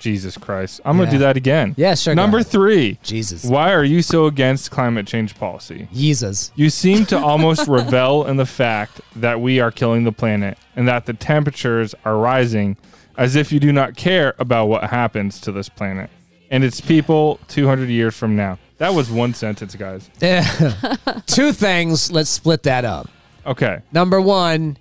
Speaker 3: Jesus Christ. I'm going
Speaker 2: Yeah.
Speaker 3: to do that again.
Speaker 2: Yeah, sure, go
Speaker 3: Number
Speaker 2: ahead.
Speaker 3: three.
Speaker 2: Jesus.
Speaker 3: Why are you so against climate change policy?
Speaker 2: Jesus.
Speaker 3: You seem to almost [LAUGHS] revel in the fact that we are killing the planet and that the temperatures are rising as if you do not care about what happens to this planet and its people 200 years from now. That was one sentence, guys.
Speaker 2: Yeah. Two things. Let's split that up.
Speaker 3: Okay.
Speaker 2: Number one,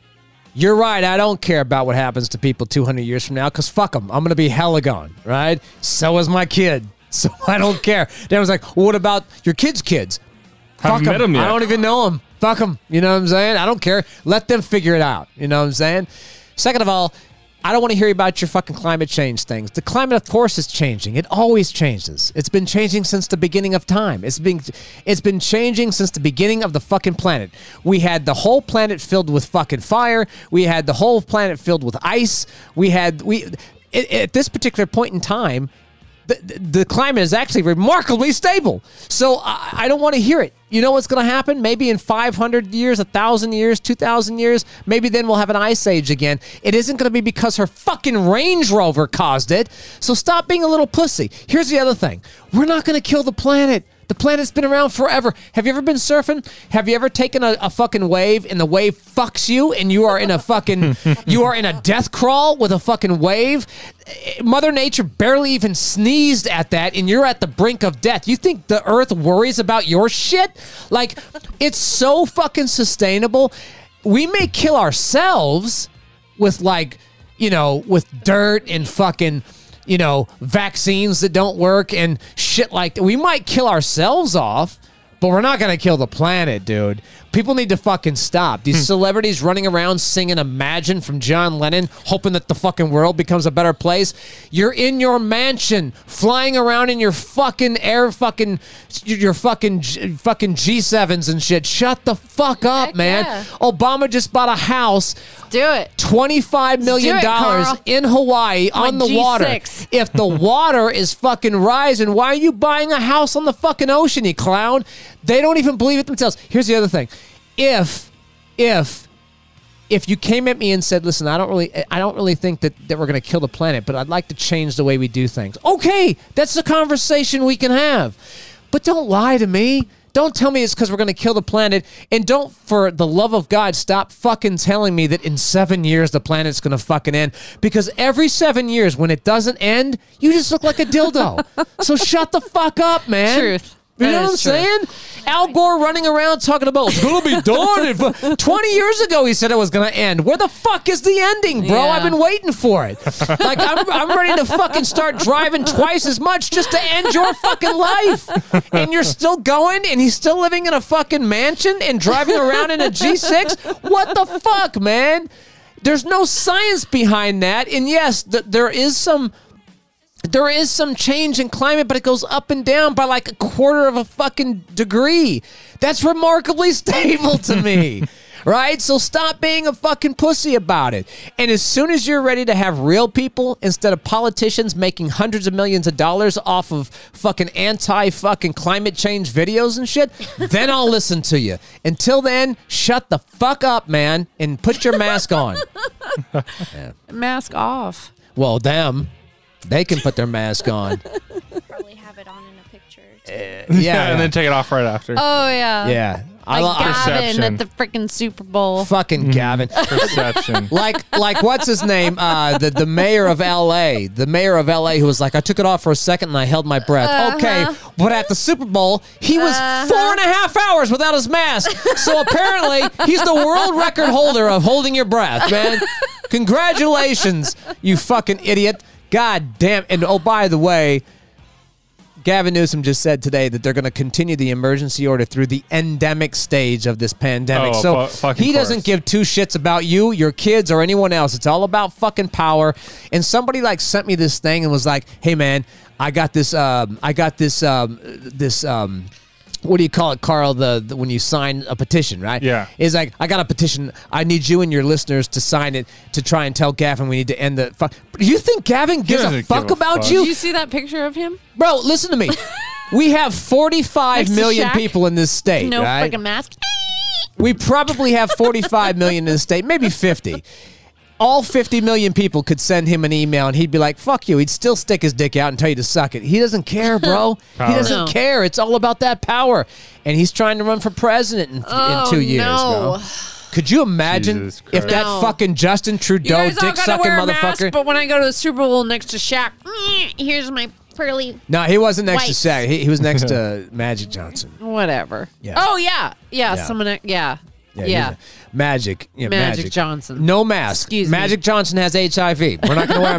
Speaker 2: you're right. I don't care about what happens to people 200 years from now because fuck them. I'm going to be hella gone, right? So is my kid. [LAUGHS] So I don't care. Then I was like, well, what about your kids' kids?
Speaker 3: Haven't
Speaker 2: Fuck 'em.
Speaker 3: met 'em yet.
Speaker 2: I don't even know them. Fuck them. You know what I'm saying? I don't care. Let them figure it out. You know what I'm saying? Second of all, I don't want to hear about your fucking climate change things. The climate, of course, is changing. It always changes. It's been changing since the beginning of time. It's been, it's been changing since the beginning of the fucking planet. We had the whole planet filled with fucking fire. We had the whole planet filled with ice. We had we at, at this particular point in time, the, the- the climate is actually remarkably stable. So I, I don't want to hear it. You know what's going to happen? Maybe in 500 years, 1,000 years, 2,000 years, maybe then we'll have an ice age again. It isn't going to be because her fucking Range Rover caused it. So stop being a little pussy. Here's the other thing we're not going to kill the planet. The planet's been around forever. Have you ever been surfing? Have you ever taken a, a fucking wave and the wave fucks you and you are in a fucking [LAUGHS] you are in a death crawl with a fucking wave? Eh, Mother Nature barely even sneezed at that and you're at the brink of death. You think the earth worries about your shit? Like it's so fucking sustainable. We may kill ourselves with like you know with dirt and fucking you know vaccines that don't work and shit like that. We might kill ourselves off, but we're not gonna kill the planet, dude. People need to fucking stop. These celebrities running around singing "Imagine" from John Lennon, hoping that the fucking world becomes a better place. You're in your mansion, flying around in your fucking air, fucking your fucking G- fucking G7s and shit. Shut the fuck up,
Speaker 7: Heck
Speaker 2: man.
Speaker 7: yeah.
Speaker 2: Obama just bought a house
Speaker 7: Do it.
Speaker 2: $25 million
Speaker 7: it, Carl.
Speaker 2: in Hawaii on the
Speaker 7: G6.
Speaker 2: water.
Speaker 7: [LAUGHS]
Speaker 2: If the water is fucking rising, why are you buying a house on the fucking ocean, you clown? They don't even believe it themselves. Here's the other thing. If, if, if you came at me and said, "Listen, I don't really, I don't really think that, that we're going to kill the planet, but I'd like to change the way we do things," okay, that's a conversation we can have. But don't lie to me. Don't tell me it's because we're going to kill the planet, and don't, for the love of God, stop fucking telling me that in seven years the planet's going to fucking end. Because every seven years, when it doesn't end, you just look like
Speaker 7: [LAUGHS]
Speaker 2: a dildo. so shut the fuck up, man.
Speaker 7: Truth.
Speaker 2: You
Speaker 7: That
Speaker 2: know
Speaker 7: is
Speaker 2: what I'm
Speaker 7: true.
Speaker 2: saying? Al Gore running around talking about it's gonna be done. in fu-" Twenty years ago, he said it was gonna end. Where the fuck is the ending, bro?
Speaker 7: Yeah.
Speaker 2: I've been waiting for it. Like I'm, I'm ready to fucking start driving twice as much just to end your fucking life. And you're still going, and he's still living in a fucking mansion and driving around in a G6. What the fuck, man? There's no science behind that. And yes, th- there is some there is some change in climate, but it goes up and down by like a [LAUGHS] quarter of a fucking degree. That's remarkably stable to me. right? So stop being a fucking pussy about it. And as soon as you're ready to have real people instead of politicians making hundreds of millions of dollars off of fucking anti fucking climate change videos and shit, then I'll listen to you. Until then, shut the fuck up, man, and put your mask on.
Speaker 7: Mask off.
Speaker 2: Well, them, they can put their mask on.
Speaker 8: Probably have it on in a picture. too.
Speaker 2: Yeah,
Speaker 3: and then take it off right after.
Speaker 7: Oh yeah.
Speaker 2: yeah. I
Speaker 7: Like
Speaker 2: love
Speaker 7: Gavin
Speaker 3: Perception.
Speaker 7: at the freaking Super Bowl.
Speaker 2: fucking Gavin. [LAUGHS]
Speaker 3: Perception.
Speaker 2: like like what's his name uh the, the mayor of la the mayor of la who was like i took it off for a second and i held my breath okay but at the super bowl he was four and a half hours without his mask so apparently he's the world record holder of holding your breath man congratulations you fucking idiot god damn and oh by the way Gavin Newsom just said today that they're going to continue the emergency order through the endemic stage of this pandemic.
Speaker 3: Oh,
Speaker 2: so
Speaker 3: fu- fucking
Speaker 2: he doesn't
Speaker 3: course.
Speaker 2: give two shits about you, your kids, or anyone else. It's all about fucking power. And somebody like sent me this thing and was like, "Hey man, I got this. Um, I got this. Um, this." Um, what do you call it, Carl? The, the when you sign a petition, right?
Speaker 3: Yeah.
Speaker 2: It's like I got a petition. I need you and your listeners to sign it to try and tell Gavin we need to end the fuck. You think Gavin gives a
Speaker 3: doesn't
Speaker 2: fuck
Speaker 3: give a
Speaker 2: about
Speaker 3: fuck.
Speaker 2: you?
Speaker 7: Did you see that picture of him?
Speaker 2: Bro, listen to me. We have 45
Speaker 7: Next to
Speaker 2: million
Speaker 7: Shaq?
Speaker 2: people in this state,
Speaker 7: No
Speaker 2: right?
Speaker 7: freaking mask.
Speaker 2: we probably have 45 million in the state, maybe 50. All 50 million people could send him an email and he'd be like, fuck you. He'd still stick his dick out and tell you to suck it. He doesn't
Speaker 7: [LAUGHS]
Speaker 2: care, bro. he
Speaker 3: Power.
Speaker 2: doesn't
Speaker 7: No.
Speaker 2: care. It's all about that power. And he's trying to run for president in, in two years,
Speaker 7: Oh, no.
Speaker 2: bro. Could you imagine
Speaker 3: Jesus
Speaker 2: if that
Speaker 7: No.
Speaker 2: fucking Justin
Speaker 7: You
Speaker 2: Trudeau
Speaker 7: guys all
Speaker 2: dick
Speaker 7: gotta
Speaker 2: sucking
Speaker 7: wear a mask,
Speaker 2: motherfucker?
Speaker 7: but when I go to the Super Bowl next to Shaq, mm, here's my pearly
Speaker 2: no, he wasn't next
Speaker 7: Whites.
Speaker 2: to Shaq. He, he was next to Magic Johnson.
Speaker 7: whatever.
Speaker 2: Yeah.
Speaker 7: Oh yeah. yeah,
Speaker 2: Yeah.
Speaker 7: Someone. Yeah, yeah.
Speaker 2: he's a- Magic, yeah,
Speaker 7: Magic
Speaker 2: Magic.
Speaker 7: Johnson.
Speaker 2: No mask.
Speaker 7: Excuse me.
Speaker 2: Magic Johnson has HIV. We're not going to wear a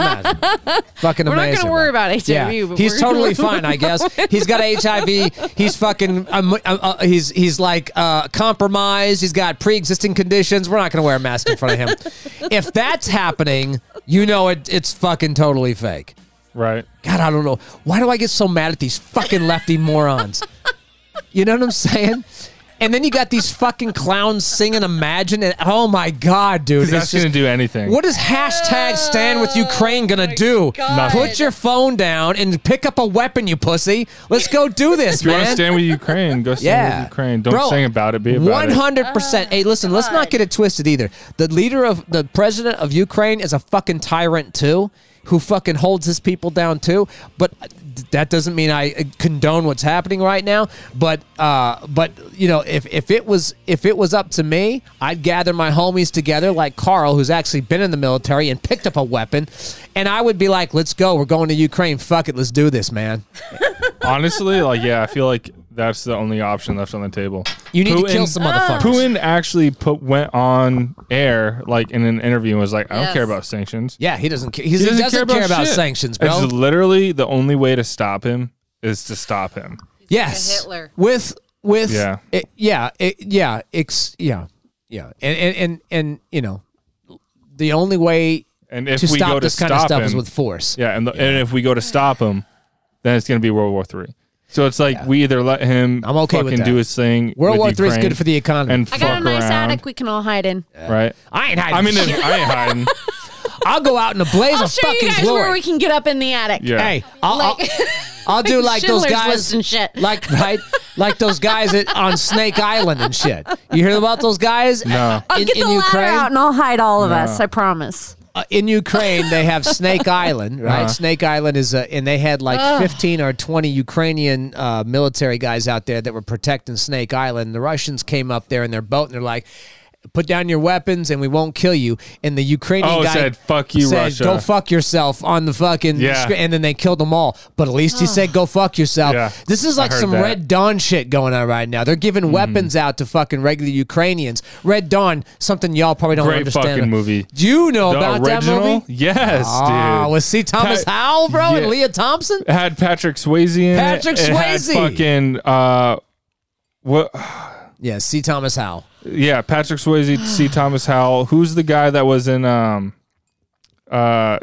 Speaker 7: [LAUGHS]
Speaker 2: mask. fucking
Speaker 7: We're not
Speaker 2: amazing.
Speaker 7: gonna worry
Speaker 2: bro.
Speaker 7: about HIV,
Speaker 2: Yeah.
Speaker 7: but
Speaker 2: He's
Speaker 7: we're-
Speaker 2: totally fine, I guess. He's got HIV. He's fucking. Um, uh, uh, he's he's like uh, compromised. He's got pre-existing conditions. We're not going to wear a mask in front of him. if that's happening, you know it, it's fucking totally fake.
Speaker 3: right.
Speaker 2: God, I don't know. Why do I get so mad at these fucking lefty morons? You know what I'm saying? And then you got these fucking clowns singing Imagine and oh my god, dude.
Speaker 3: Because
Speaker 2: it's
Speaker 3: that's
Speaker 2: just-
Speaker 3: going to do anything.
Speaker 2: what is hashtag stand with Ukraine gonna do?
Speaker 3: Nothing.
Speaker 2: Put your phone down and pick up a weapon, you pussy. Let's go do this,
Speaker 3: if you
Speaker 2: man.
Speaker 3: want to stand with Ukraine, go stand
Speaker 2: yeah.
Speaker 3: with Ukraine. Don't
Speaker 2: Bro,
Speaker 3: sing about it. Be about it.
Speaker 2: 100%. hey, listen, let's not get it twisted either. The leader of the president of Ukraine is a fucking tyrant too, who fucking holds his people down too. But that doesn't mean I condone what's happening right now. But uh, but you know, if, if it was if it was up to me, I'd gather my homies together like Carl, who's actually been in the military and picked up a weapon, and I would be like, "Let's go. We're going to Ukraine. Fuck it. Let's do this, man."
Speaker 3: Honestly, like yeah, I feel like that's the only option left on the table.
Speaker 2: You need to kill some motherfuckers.
Speaker 3: Putin actually put went on air like in an interview and was like, I don't
Speaker 7: Yes.
Speaker 3: care about sanctions.
Speaker 2: Yeah, he doesn't care. He, doesn't care about,
Speaker 3: shit.
Speaker 2: sanctions, bro.
Speaker 3: It's literally the only way to stop him is to stop him.
Speaker 2: yes,
Speaker 7: Hitler.
Speaker 2: With with
Speaker 3: Yeah.
Speaker 2: it, yeah, it, yeah, ex, yeah, yeah, and, and and and you know, the only way
Speaker 3: And if
Speaker 2: to
Speaker 3: we
Speaker 2: stop
Speaker 3: go to
Speaker 2: this
Speaker 3: stop
Speaker 2: kind of stuff
Speaker 3: him,
Speaker 2: is with force.
Speaker 3: yeah, and the, and if we go to stop him, then it's gonna be World War Three. So it's like we either let him
Speaker 2: I'm okay with that.
Speaker 3: fucking do his thing.
Speaker 2: World
Speaker 3: with
Speaker 2: War Three is
Speaker 3: Ukraine
Speaker 2: good for the economy.
Speaker 3: And
Speaker 7: I got
Speaker 3: fuck
Speaker 7: a nice
Speaker 3: around,
Speaker 7: attic we can all hide in.
Speaker 3: right?
Speaker 2: I ain't hiding.
Speaker 3: I
Speaker 2: [LAUGHS]
Speaker 3: mean, I
Speaker 2: shit.
Speaker 3: ain't hiding.
Speaker 2: I'll go out in a blaze
Speaker 7: I'll
Speaker 2: of
Speaker 7: show you
Speaker 2: fucking
Speaker 7: guys
Speaker 2: glory.
Speaker 7: where we can get up in the attic.
Speaker 3: Yeah.
Speaker 2: Hey, I'll,
Speaker 7: Like-
Speaker 2: [LAUGHS]
Speaker 7: [LAUGHS]
Speaker 2: I'll, I'll do like those
Speaker 7: Schindler's
Speaker 2: guys
Speaker 7: List and shit.
Speaker 2: like right, like those guys at, on Snake Island and shit. You hear about those guys?
Speaker 3: No.
Speaker 7: I'll
Speaker 2: in,
Speaker 7: get
Speaker 2: in
Speaker 7: the ladder
Speaker 2: Ukraine?
Speaker 7: out and I'll hide all of us. I promise.
Speaker 2: uh, in Ukraine they have Snake Island, right? Snake Island is a, and they had like 15 or 20 Ukrainian uh, military guys out there that were protecting Snake Island. The Russians came up there in their boat and they're like Put down your weapons and we won't kill you. And the Ukrainian
Speaker 3: Oh,
Speaker 2: guy
Speaker 3: said, "Fuck you,
Speaker 2: said,
Speaker 3: Russia."
Speaker 2: Go fuck yourself on the fucking
Speaker 3: Yeah.
Speaker 2: screen," And then they killed them all. But at least he said, "Go fuck yourself."
Speaker 3: Yeah,
Speaker 2: This is
Speaker 3: I
Speaker 2: like
Speaker 3: heard
Speaker 2: some
Speaker 3: that. Hmm.
Speaker 2: Red Dawn shit going on right now. They're giving weapons out to fucking regular Ukrainians. Red Dawn, something y'all probably don't
Speaker 3: Great
Speaker 2: understand.
Speaker 3: fucking movie.
Speaker 2: Do you know
Speaker 3: the
Speaker 2: about
Speaker 3: original?
Speaker 2: that movie?
Speaker 3: Yes,
Speaker 2: Ah,
Speaker 3: dude.
Speaker 2: with C. Thomas
Speaker 3: Pat-
Speaker 2: Howell, bro, and
Speaker 3: Yeah.
Speaker 2: Leah Thompson.
Speaker 3: It had Patrick Swayze in
Speaker 2: Patrick
Speaker 3: it. It had
Speaker 2: Swayze.
Speaker 3: fucking uh, what?
Speaker 2: Yeah, C. Thomas Howell.
Speaker 3: Yeah, Patrick
Speaker 2: [SIGHS]
Speaker 3: Swayze, C. Thomas Howell. Who's the guy that was in um, uh,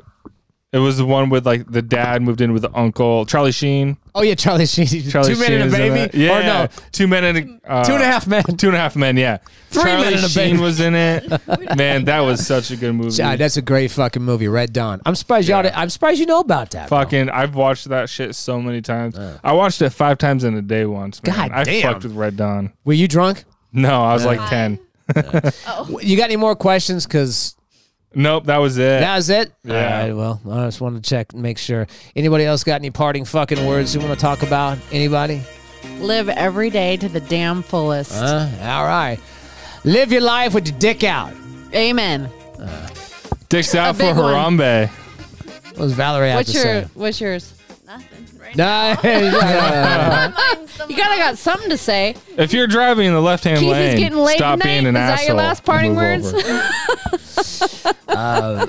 Speaker 3: It was the one with like the dad moved in with the uncle, Charlie Sheen.
Speaker 2: Oh yeah, Charlie Sheen. [LAUGHS]
Speaker 3: Charlie
Speaker 2: two men and a
Speaker 3: Sheen is in
Speaker 2: baby.
Speaker 3: it. Yeah,
Speaker 2: Or no,
Speaker 3: two men and a, uh,
Speaker 2: two and a half men. [LAUGHS]
Speaker 3: Two and a half men. Yeah,
Speaker 2: Three
Speaker 3: Charlie
Speaker 2: men and a
Speaker 3: Sheen
Speaker 2: baby.
Speaker 3: was
Speaker 2: [LAUGHS]
Speaker 3: in it. Man, that was such a good movie.
Speaker 2: God, Ah, that's a great fucking movie, Red Dawn. I'm surprised y'all. didn't- I'm surprised you know about that. bro.
Speaker 3: Fucking, I've watched that shit so many times. I watched it five times in a day once. Man.
Speaker 2: God
Speaker 3: I
Speaker 2: damn.
Speaker 3: fucked with Red Dawn.
Speaker 2: Were you drunk?
Speaker 3: No, I was like ten.
Speaker 2: You got any more questions? Because
Speaker 3: Nope, that was it.
Speaker 2: that was it.
Speaker 3: Yeah.
Speaker 2: All right, well, I just wanted to check, and make sure. Anybody else got any parting fucking words you want to talk about? Anybody?
Speaker 7: Live every day to the damn fullest.
Speaker 2: Huh? All right. Live your life with your dick out.
Speaker 7: Amen.
Speaker 3: Dicks out for
Speaker 7: big one.
Speaker 3: Harambe.
Speaker 2: What does Valerie have
Speaker 7: What's
Speaker 2: to
Speaker 7: your
Speaker 2: say?
Speaker 7: What's yours?
Speaker 8: Nothing
Speaker 2: [LAUGHS]
Speaker 8: right
Speaker 2: No, yeah.
Speaker 7: You gotta got something to say.
Speaker 3: If you're driving in the left hand
Speaker 7: Keith is
Speaker 3: lane,
Speaker 7: getting laid
Speaker 3: stop
Speaker 7: tonight.
Speaker 3: being an
Speaker 7: Is that your
Speaker 3: asshole.
Speaker 7: last
Speaker 3: and
Speaker 7: parting
Speaker 3: move
Speaker 7: words?
Speaker 3: over.
Speaker 2: I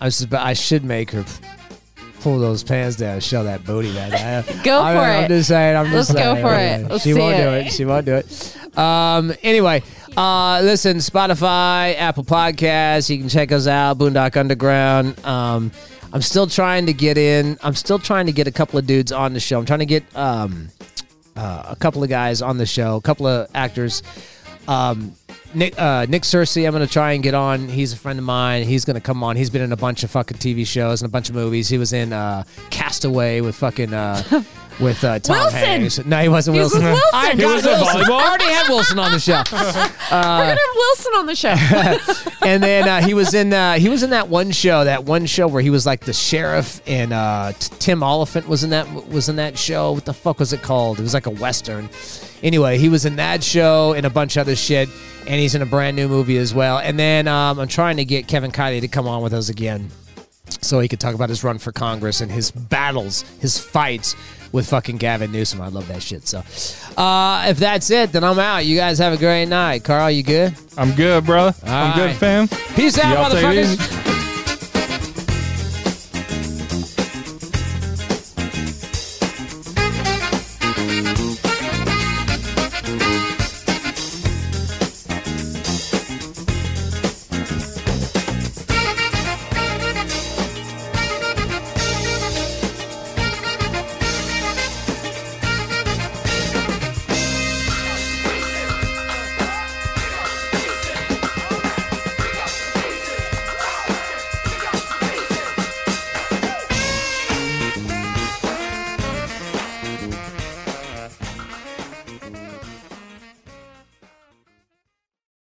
Speaker 2: was about, I should make her pull those pants down, and show that booty back. I-
Speaker 7: [LAUGHS] Go
Speaker 2: I,
Speaker 7: for
Speaker 2: I'm
Speaker 7: it.
Speaker 2: just saying. I'm just
Speaker 7: Let's go
Speaker 2: saying,
Speaker 7: for
Speaker 2: anyway.
Speaker 7: it. Let's
Speaker 2: she
Speaker 7: see
Speaker 2: won't do
Speaker 7: it.
Speaker 2: it. She won't do it. Um. Anyway, uh, listen. Spotify, Apple Podcasts. You can check us out. Boondock Underground. Um, I'm still trying to get in. I'm still trying to get a couple of dudes on the show. I'm trying to get um, uh, a couple of guys on the show. A couple of actors. Um, Nick uh, Nick Cersei, I'm gonna try and get on. He's a friend of mine. He's gonna come on. He's been in a bunch of fucking TV shows and a bunch of movies. He was in uh, Castaway with fucking
Speaker 7: [LAUGHS]
Speaker 2: uh, with uh, Tom
Speaker 7: Wilson!
Speaker 2: Hanks. No, he wasn't
Speaker 7: He was
Speaker 2: Wilson.
Speaker 7: with Wilson!
Speaker 2: I
Speaker 7: He
Speaker 2: got
Speaker 3: was in
Speaker 2: Wilson.
Speaker 3: volleyball?
Speaker 2: I already had Wilson on the
Speaker 7: [LAUGHS]
Speaker 2: show.
Speaker 7: We're gonna have Wilson on the show.
Speaker 2: and then uh, he was in uh, he was in that one show, that one show where he was like the sheriff, and uh, T- Tim Oliphant was in that was in that show. What the fuck was it called? It was like a western. Anyway, he was in that show and a bunch of other shit, and he's in a brand new movie as well. And then um, I'm trying to get Kevin Kiley to come on with us again so he could talk about his run for Congress and his battles, his fights with fucking Gavin Newsom. I love that shit. So, uh, if that's it, then I'm out. You guys have a great night. Carl, you good?
Speaker 3: I'm good, brother. I'm
Speaker 2: All
Speaker 3: good,
Speaker 2: right.
Speaker 3: fam.
Speaker 2: Peace out,
Speaker 3: Y'all take it
Speaker 2: motherfuckers.
Speaker 3: easy.